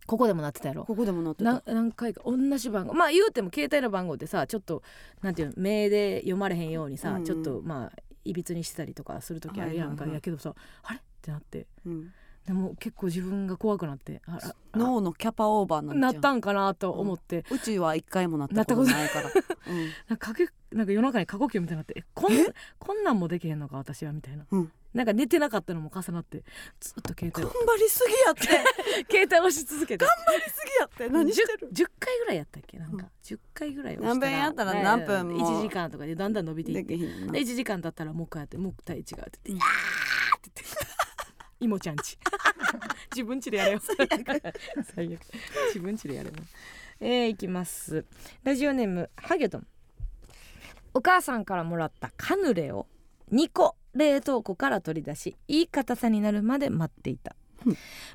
Speaker 2: ここでもなってたやろ
Speaker 1: ここでもなって
Speaker 2: な
Speaker 1: た
Speaker 2: 何回か同じ番号まあ言うても携帯の番号ってさちょっとなんていうの名で読まれへんようにさ、
Speaker 1: うんうん
Speaker 2: ちょっとまあいびつにしてたりとかする時あるやん
Speaker 1: はいは
Speaker 2: か、
Speaker 1: いはい
Speaker 2: やけどさあれってなって
Speaker 1: うん
Speaker 2: でも結構自分が怖くなってあらあ
Speaker 1: 脳のキャパオーバーにな
Speaker 2: な
Speaker 1: っ
Speaker 2: っ
Speaker 1: ちゃう
Speaker 2: たんかなと思って、
Speaker 1: うちは一回もなったことないからうん
Speaker 2: なんかかけなんか夜中に過呼吸みたいになってえこんこんなんもできへんのか私はみたいな、
Speaker 1: うん
Speaker 2: なんか寝てなかったのも重なってずっと携帯
Speaker 1: 頑張りすぎやって
Speaker 2: 携帯押し続けて
Speaker 1: すぎやって何してる
Speaker 2: 10, 回ぐらいやったっけなんか、10回ぐらい押した
Speaker 1: 何
Speaker 2: ら
Speaker 1: 分やったら何分も
Speaker 2: 1時間とかでだんだん伸びていっ
Speaker 1: で
Speaker 2: て
Speaker 1: きひんな
Speaker 2: で1時間経ったらもう一回やってもう一回違うって言って「あー!」って言って 「いもちゃん ち自分ちでやれよ」最悪自分ちでやれよえー、いきますラジオネームハゲドンお母さんからもらったカヌレを2個冷凍庫から取り出しいい硬さになるまで待っていた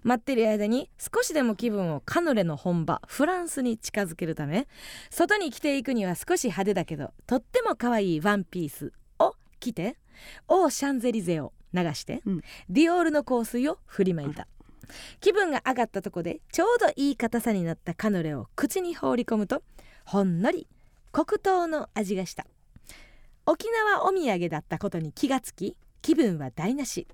Speaker 2: 待ってる間に少しでも気分をカヌレの本場フランスに近づけるため外に着ていくには少し派手だけどとっても可愛いワンピースを着てオーシャンゼリゼを流して、
Speaker 1: うん
Speaker 2: ディオールの香水を振りまいた気分が上がったとこでちょうどいい硬さになったカヌレを口に放り込むとほんのり黒糖の味がした沖縄お土産だったことに気がつき気分は台無し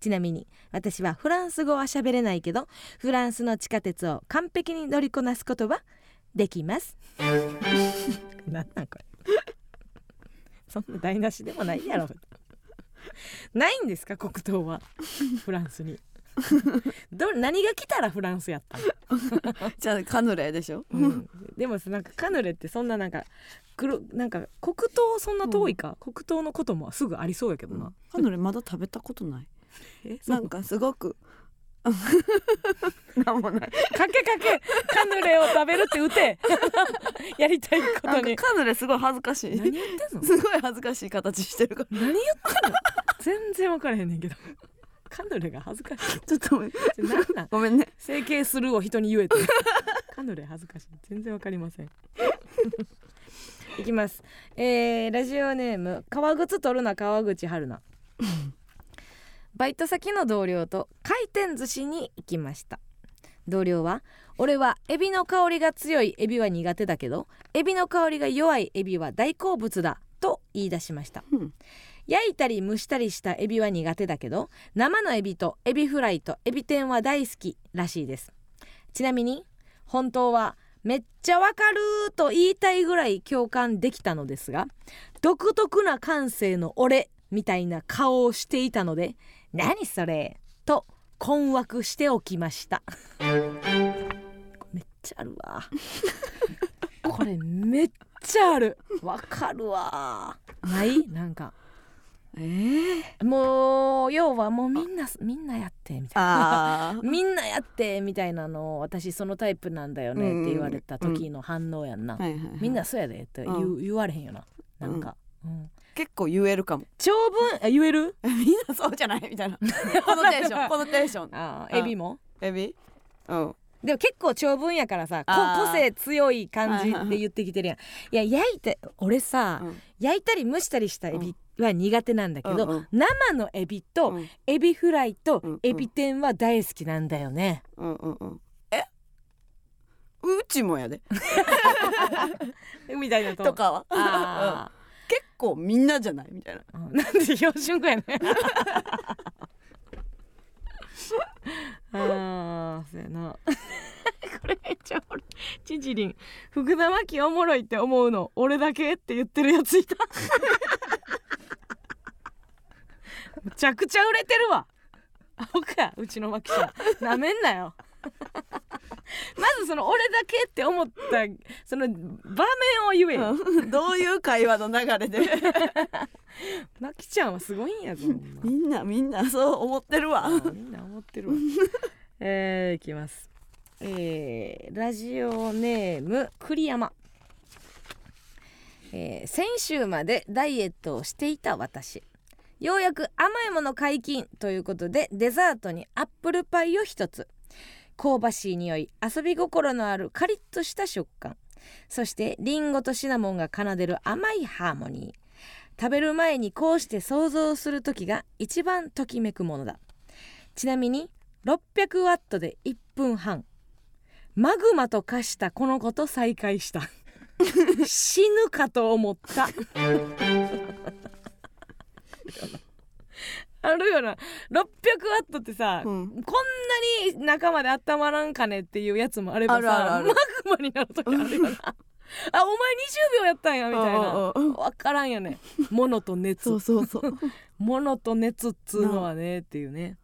Speaker 2: ちなみに私はフランス語は喋れないけどフランスの地下鉄を完璧に乗りこなすことはできます なんなんこれそんな台無しでもない やろないんですか黒糖はフランスにど何が来たらフランスやったの
Speaker 1: じゃあカヌレでしょ
Speaker 2: うんでもさなんかカヌレってそんななんか黒なんか黒糖そんな遠いか、黒糖のこともすぐありそうやけどな、
Speaker 1: カヌレまだ食べたことない
Speaker 2: えそう
Speaker 1: なんかすごくなんもない
Speaker 2: かけかけカヌレを食べるって打て やりたいこ
Speaker 1: な
Speaker 2: と
Speaker 1: んか
Speaker 2: に
Speaker 1: カヌレすごい恥ずかし
Speaker 2: 何言っ
Speaker 1: い
Speaker 2: てんの
Speaker 1: すごい恥ずかしい形してるから
Speaker 2: 何言ってんの全然分からへんねんけどカヌレが恥ずかしい
Speaker 1: ちょっとごめん
Speaker 2: 何なん
Speaker 1: ごめんね
Speaker 2: 整形するを人に言えてカヌレ恥ずかしい全然わかりません いきます、えーラジオネーム革靴取るな川口春奈バイト先の同僚と回転寿司に行きました同僚は俺はエビの香りが強いエビは苦手だけどエビの香りが弱いエビは大好物だと言い出しました、
Speaker 1: うん
Speaker 2: 焼いたり蒸したりしたエビは苦手だけど生のエビとエビフライとエビ天は大好きらしいですちなみに本当はめっちゃわかるーと言いたいぐらい共感できたのですが独特な感性の俺みたいな顔をしていたので何それと困惑しておき ましたこれめっちゃあるわこれめっちゃあるわかるわないなんか
Speaker 1: えー、
Speaker 2: もう要はもうみんなみんなやってみたいな
Speaker 1: あ
Speaker 2: みんなやってみたいなのを私そのタイプなんだよねって言われた時の反応やんな、
Speaker 1: あ、はいはいはい
Speaker 2: みんなそうやでって言,、う
Speaker 1: う
Speaker 2: 言われへんよななんか、うん
Speaker 1: 結構言えるかも
Speaker 2: 長文あ言える
Speaker 1: みんなそうじゃないみ たいなこのテンシ ョンこのテンション
Speaker 2: あ
Speaker 1: ー
Speaker 2: エビも
Speaker 1: エビうん
Speaker 2: でも結構長文やからさこ
Speaker 1: あー
Speaker 2: 個性強い感じって言ってきてるやんいや焼いて俺さ、
Speaker 1: うん
Speaker 2: 焼いたり蒸したりしたエビは苦手なんだけど、
Speaker 1: うんうん
Speaker 2: 生のエビ
Speaker 1: う
Speaker 2: と
Speaker 1: ん
Speaker 2: エビフライと
Speaker 1: うんうん
Speaker 2: エビ天は大好きなんだよね、
Speaker 1: うんうんうんえうちもやで
Speaker 2: みたいな
Speaker 1: とかは
Speaker 2: あ
Speaker 1: うん結構みんなじゃないみたいな
Speaker 2: ーなん で標準語やねん あーそうやな これめっちゃおもろいちじりん福田真紀おもろいって思うの俺だけって言ってるやついた むちゃくちゃ売れてるわアホかうちの真紀さんなめんなよ まずその俺だけって思ったその場面を言えよ、
Speaker 1: うん どういう会話の流れで
Speaker 2: マキちゃんはすごいんやぞ。
Speaker 1: みんなみんなそう思ってるわ
Speaker 2: みんな思ってるわ。えー、いきます。えーラジオネーム栗山、えー先週までダイエットをしていた私ようやく甘いもの解禁ということでデザートにアップルパイを一つ香ばしい匂い遊び心のあるカリッとした食感そしてリンゴとシナモンが奏でる甘いハーモニー食べる前にこうして想像する時が一番ときめくものだちなみに600ワットで1分半マグマと化したこの子と再会した死ぬかと思った あるよな600ワットってさ、
Speaker 1: うん
Speaker 2: こんなに中まで温まらんかねっていうやつもあれ
Speaker 1: あ
Speaker 2: ばさ
Speaker 1: るあるある
Speaker 2: マグマになる時あるよな あお前20秒やったんやみたいな
Speaker 1: うんうんうん
Speaker 2: 分からんよ ね物と熱
Speaker 1: そうそうそう
Speaker 2: 物と熱っつうのはねっていうね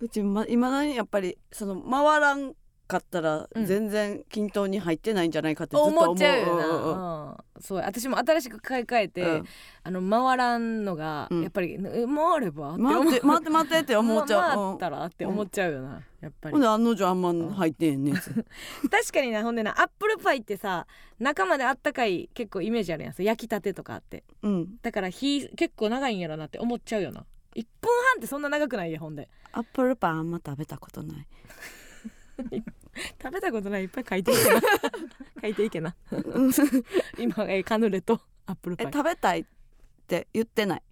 Speaker 1: うちまいまだにやっぱりその回らんかったら
Speaker 2: うん
Speaker 1: 全然均等に入ってないんじゃないかってずっと思う
Speaker 2: 思っちゃうよ
Speaker 1: んんん
Speaker 2: な、うん、そう私も新しく買い替えて、
Speaker 1: うん
Speaker 2: あの回らんのが
Speaker 1: うん
Speaker 2: やっぱり、え回ればって思う
Speaker 1: 待って待って待ってって思っちゃう、
Speaker 2: 回
Speaker 1: う
Speaker 2: っ
Speaker 1: ん
Speaker 2: たらって思っちゃうよな、やっぱり
Speaker 1: ほんで案の定あんま入ってへんねんつ
Speaker 2: 確かになほんでなアップルパイってさ中まであったかい結構イメージあるやんそう焼きたてとかあって
Speaker 1: うん
Speaker 2: だから火結構長いんやろなって思っちゃうよな1分半ってそんな長くないやほんで
Speaker 1: アップルパンあんま食べたことない
Speaker 2: 食べたことないいっぱい書いていけ な書いていけな 今、えーカヌレとアップルパ
Speaker 1: え
Speaker 2: イ
Speaker 1: 食べたいって言ってない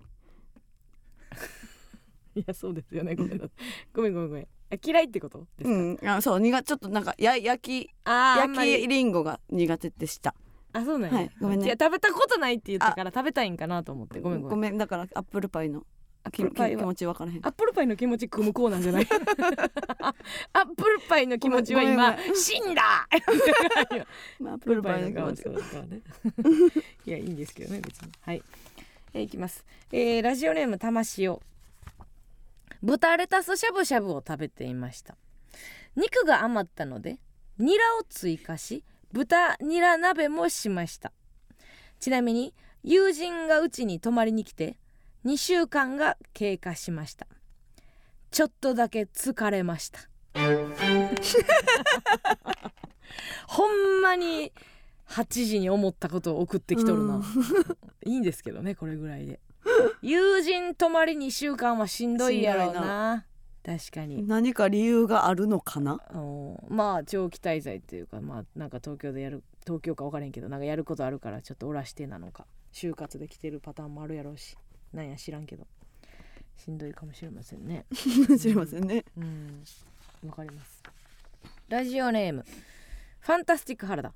Speaker 2: いやそうですよねごめんなごめんごめんごめんあ嫌いってことですか、
Speaker 1: うんあそう苦ちょっとなんかや焼き
Speaker 2: あーあ
Speaker 1: 焼
Speaker 2: んま
Speaker 1: き
Speaker 2: り
Speaker 1: りんごが苦手でした
Speaker 2: あそうなんや、
Speaker 1: はいごめんね
Speaker 2: いや食べたことないって言ったから食べたいんかなと思ってごめんごめん
Speaker 1: だからアップルパイの
Speaker 2: アッ
Speaker 1: 気
Speaker 2: プルパ
Speaker 1: 気
Speaker 2: イは
Speaker 1: 持ち分からへん
Speaker 2: アップルパイの気持ち組むコーナーじゃ ないアップルパイの気持ちは今
Speaker 1: ご
Speaker 2: 死ん だ
Speaker 1: まあアップルパイの気持ち
Speaker 2: そうだからね いやいいんですけどね別にはい、えーいきます、えーラジオネームたましお豚レタスしゃぶしゃぶを食べていました肉が余ったのでニラを追加し豚ニラ鍋もしましたちなみに友人がうちに泊まりに来て2週間が経過しましたちょっとだけ疲れました ほんまに8時に思ったことを送ってきとるな、
Speaker 1: うん
Speaker 2: いいんですけどねこれぐらいで友人泊まり2週間はしんどいやろう
Speaker 1: しんどい
Speaker 2: な確かに
Speaker 1: 何か理由があるのか な
Speaker 2: あのまあ長期滞在っていうかまあなんか東京でやる東京か分からへんけどなんかやることあるからちょっとおらしてなのか就活で来てるパターンもあるやろうしなんや知らんけどしんどいかもしれませんね
Speaker 1: すいませんね
Speaker 2: うんわかりますラジオネームファンタスティック原田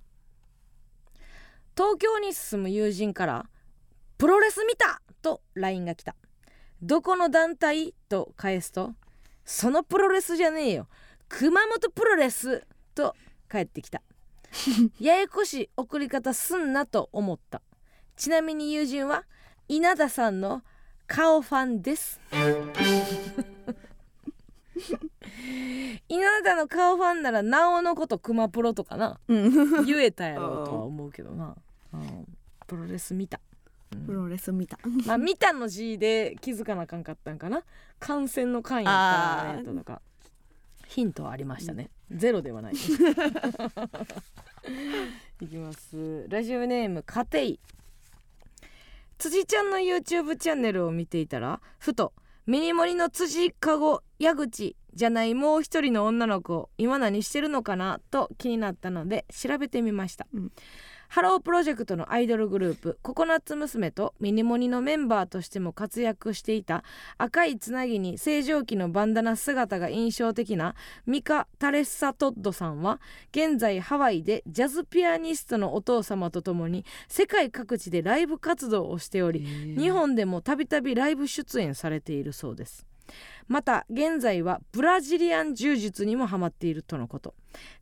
Speaker 2: 東京に住む友人から「プロレス見た!」と LINE が来た「どこの団体?」と返すと「そのプロレスじゃねえよ熊本プロレス!」と返ってきたややこしい送り方すんなと思ったちなみに友人は稲田さんの顔ファンです稲田の顔ファンならなおのこと熊プロとかな
Speaker 1: うん
Speaker 2: 言えたやろうとは思うけどな、うんプロレス見た、うん
Speaker 1: プロレス見た
Speaker 2: まあ見たの字で気づかなあかんかったんかな感染の感やったらあれやったのかヒントはありましたね、ゼロではない いきますラジオネームカテイ辻ちゃんの YouTube チャンネルを見ていたらふとミニモリの辻かご矢口じゃないもう一人の女の子を今何してるのかなと気になったので調べてみました、
Speaker 1: うん
Speaker 2: ハロープロジェクトのアイドルグループココナッツ娘とミニモニのメンバーとしても活躍していた赤いつなぎに正常期のバンダナ姿が印象的なミカ・タレッサ・トッドさんは現在ハワイでジャズピアニストのお父様と共に世界各地でライブ活動をしており日本でもたびたびライブ出演されているそうですまた現在はブラジリアン柔術にもハマっているとのこと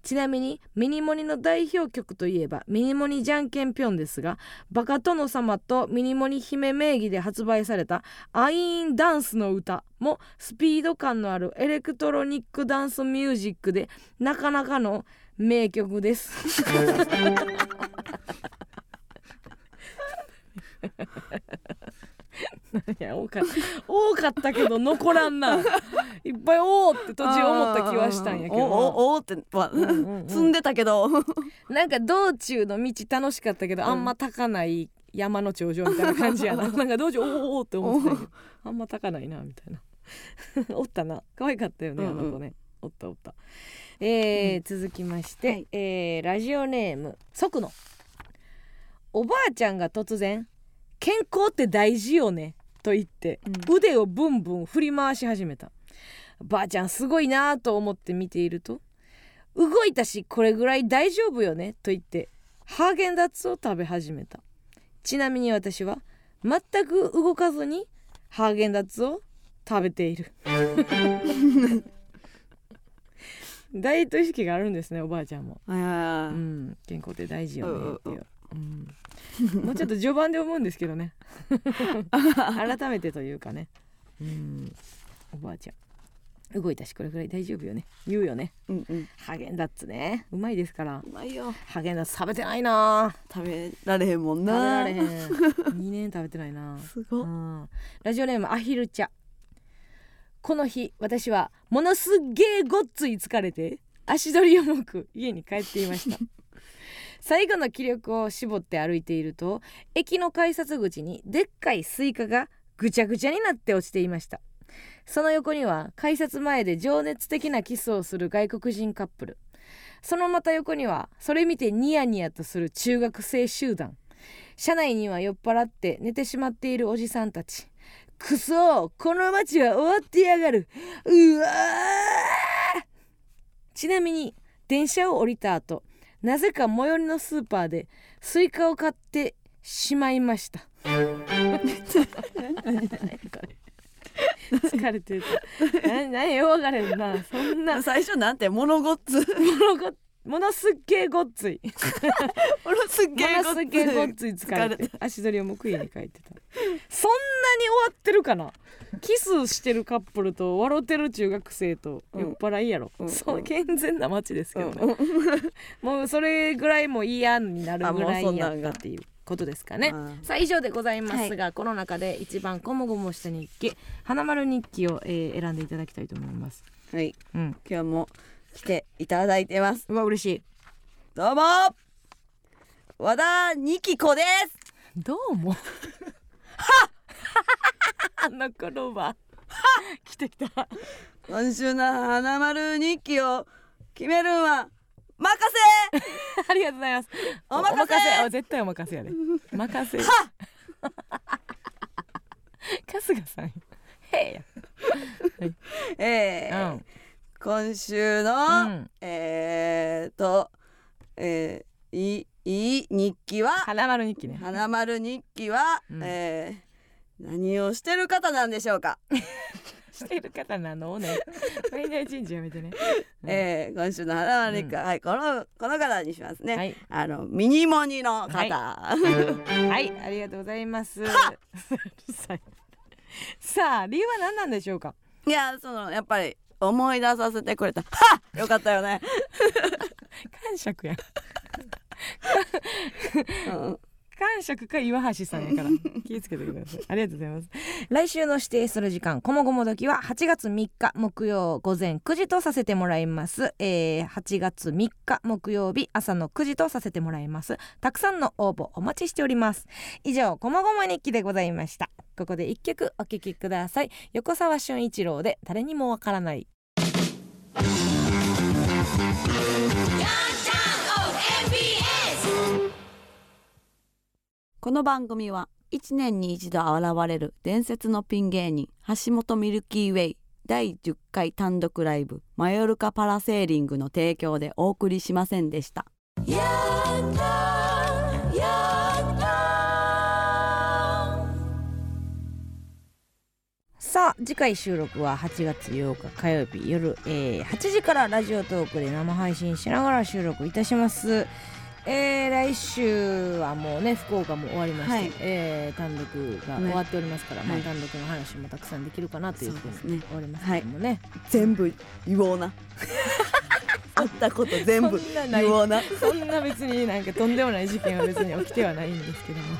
Speaker 2: ちなみにミニモニの代表曲といえばミニモニじゃんけんぴょんですがバカ殿様とミニモニ姫名義で発売されたアイーンダンスの歌もスピード感のあるエレクトロニックダンスミュージックでなかなかの名曲です いや多か多かったけど残らんないっぱい「おお!」って途中思った気はしたんやけど
Speaker 1: おおおっては
Speaker 2: うんうんうん
Speaker 1: 積んでたけど
Speaker 2: なんか道中の道楽しかったけど、あんま高ない山の頂上みたいな感じやななんか道中おーおーって思ってたんやけどあんま高ないなみ たいなおったな可愛かったよね
Speaker 1: う
Speaker 2: あ
Speaker 1: んうん
Speaker 2: の子ね、おったおったえー続きまして、
Speaker 1: はい
Speaker 2: えーラジオネーム即のおばあちゃんが突然「健康って大事よね」と言って、腕をブンブン振り回し始めたばあちゃんすごいなぁと思って見ていると動いたしこれぐらい大丈夫よねと言ってハーゲンダッツを食べ始めたちなみに私は全く動かずにハーゲンダッツを食べているダイエット意識があるんですねおばあちゃんも、う
Speaker 1: あー
Speaker 2: ん、健康って大事よねっていう、うんもうちょっと序盤で思うんですけどね改めてというかね、うん、おばあちゃん動いたしこれぐらい大丈夫よね言うよね
Speaker 1: うんうん
Speaker 2: ハーゲンダッツねうまいですから
Speaker 1: うまいよ
Speaker 2: ハーゲンダッツ食べてないな
Speaker 1: 食べられへんもん
Speaker 2: 食べら
Speaker 1: な
Speaker 2: れへん2年食べてないな
Speaker 1: すご
Speaker 2: う
Speaker 1: っ
Speaker 2: んラジオネームアヒルちゃんこの日私はものすっげーごっつい疲れて足取り重く家に帰っていました 最後の気力を絞って歩いていると駅の改札口にでっかいスイカがぐちゃぐちゃになって落ちていましたその横には改札前で情熱的なキスをする外国人カップルそのまた横にはそれ見てニヤニヤとする中学生集団車内には酔っ払って寝てしまっているおじさんたちくそーこの街は終わってやがるうわーちなみに電車を降りた後なぜか最寄りのスーパーでスイカを買ってしまいました疲れてるな何よ分かれんなそんな
Speaker 1: 最初なんてモノゴッ ツ
Speaker 2: ものごものすっげえごっつい
Speaker 1: ものすっげえ
Speaker 2: ものすっげえ
Speaker 1: ご
Speaker 2: ご
Speaker 1: っ
Speaker 2: っ
Speaker 1: つ
Speaker 2: つ
Speaker 1: い
Speaker 2: い疲れ
Speaker 1: 疲れ
Speaker 2: て足取りを向く家に帰ってたそんなに終わってるかなキスしてるカップルと笑ってる中学生と
Speaker 1: うん
Speaker 2: 酔っ払いやろ、
Speaker 1: うん
Speaker 2: そう健全な街ですけどね、
Speaker 1: うん
Speaker 2: もうそれぐらいも嫌になるぐら
Speaker 1: あもうそ
Speaker 2: い
Speaker 1: ん
Speaker 2: や
Speaker 1: な
Speaker 2: っ
Speaker 1: ん
Speaker 2: た
Speaker 1: が
Speaker 2: っていうことですかね
Speaker 1: うん
Speaker 2: さあ以上でございますが、この中で一番こもごもした日記花丸日記を、えー選んでいただきたいと思います
Speaker 1: はい
Speaker 2: うん
Speaker 1: 今日も来ていただいてます
Speaker 2: うわ嬉しい
Speaker 1: どうも和田にきこです
Speaker 2: どうも。は あの頃は。 来てきた。
Speaker 1: 今週の花丸日記を決めるんは任せ
Speaker 2: ありがとうございます。
Speaker 1: お任せ
Speaker 2: あ絶対お任 せやで。任せ。春日さん。へ
Speaker 1: え
Speaker 2: え
Speaker 1: ー
Speaker 2: や。
Speaker 1: 今週の、
Speaker 2: うん。うん。
Speaker 1: えーと、えーいいい日記は
Speaker 2: 花丸日記ね。
Speaker 1: 花丸日記は、
Speaker 2: うん
Speaker 1: えー何をしてる方なんでしょうか、
Speaker 2: してる方なの ね。これで一日やめてね。うん
Speaker 1: えー今週の花丸日記は、はいこのこの方にしますね、
Speaker 2: はい。
Speaker 1: あのミニモニの方、
Speaker 2: はい、ありがとうございます。 うるさいさあ、理由は何なんでしょう か。
Speaker 1: いやそのやっぱり思い出させてくれた はっよかったよね、
Speaker 2: 感触や。
Speaker 1: うん
Speaker 2: 感触か岩橋さんやから気をつけてくださいありがとうございます来週の指定する時間こもごも時は8月3日木曜午前9時とさせてもらいます、えー、8月3日木曜日朝の9時とさせてもらいますたくさんの応募お待ちしております以上こもごも日記でございましたここで一曲お聴きください横澤俊一郎で誰にもわからない
Speaker 8: MBS
Speaker 1: この番組は1年に一度現れる伝説のピン芸人橋本ミルキーウェイ第10回単独ライブ「マヨルカパラセーリング」の提供でお送りしませんでした。
Speaker 8: やったやった
Speaker 2: さあ次回収録は8月8日火曜日夜、えー8時からラジオトークで生配信しながら収録いたします。えー来週はもうね福岡も終わりまして、
Speaker 1: はい
Speaker 2: えー単独が終わっておりますから、
Speaker 1: ね
Speaker 2: まあ
Speaker 1: はい
Speaker 2: 単独の話もたくさんできるかなというふう
Speaker 1: そうです
Speaker 2: に
Speaker 1: ね
Speaker 2: 終わりますけどもね。
Speaker 1: 全部言おうな。
Speaker 2: あ
Speaker 1: ったこと全部
Speaker 2: そんなない
Speaker 1: 言おうな。
Speaker 2: そんな別になんかとんでもない事件は別に起きてはないんですけども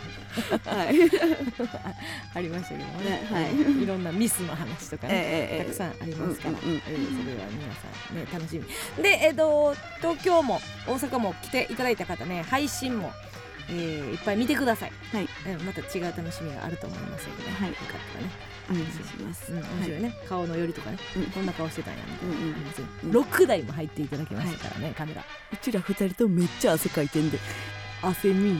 Speaker 1: はい。
Speaker 2: ありましたけどもね、
Speaker 1: ねはい
Speaker 2: い、ろんなミスの話とかね、
Speaker 1: ええええ
Speaker 2: たくさんありますから、
Speaker 1: うんうんうん
Speaker 2: えーそれは皆さんね楽しみでえっ、と東京も大阪も来ていただいた方ね配信も、えーいっぱい見てください、
Speaker 1: はい
Speaker 2: うんまた違う楽しみがあると思いますので、ね
Speaker 1: はい
Speaker 2: よかったらね
Speaker 1: お願いします。
Speaker 2: うん、面白いね、顔の寄りとかね、
Speaker 1: うん
Speaker 2: こんな顔してたんやみたい
Speaker 1: うんうん
Speaker 2: な、別に
Speaker 1: うん
Speaker 2: 6台も入っていただきましたからね、カメラ
Speaker 1: うちら二人ともめっちゃ汗かいてんで。
Speaker 2: 汗み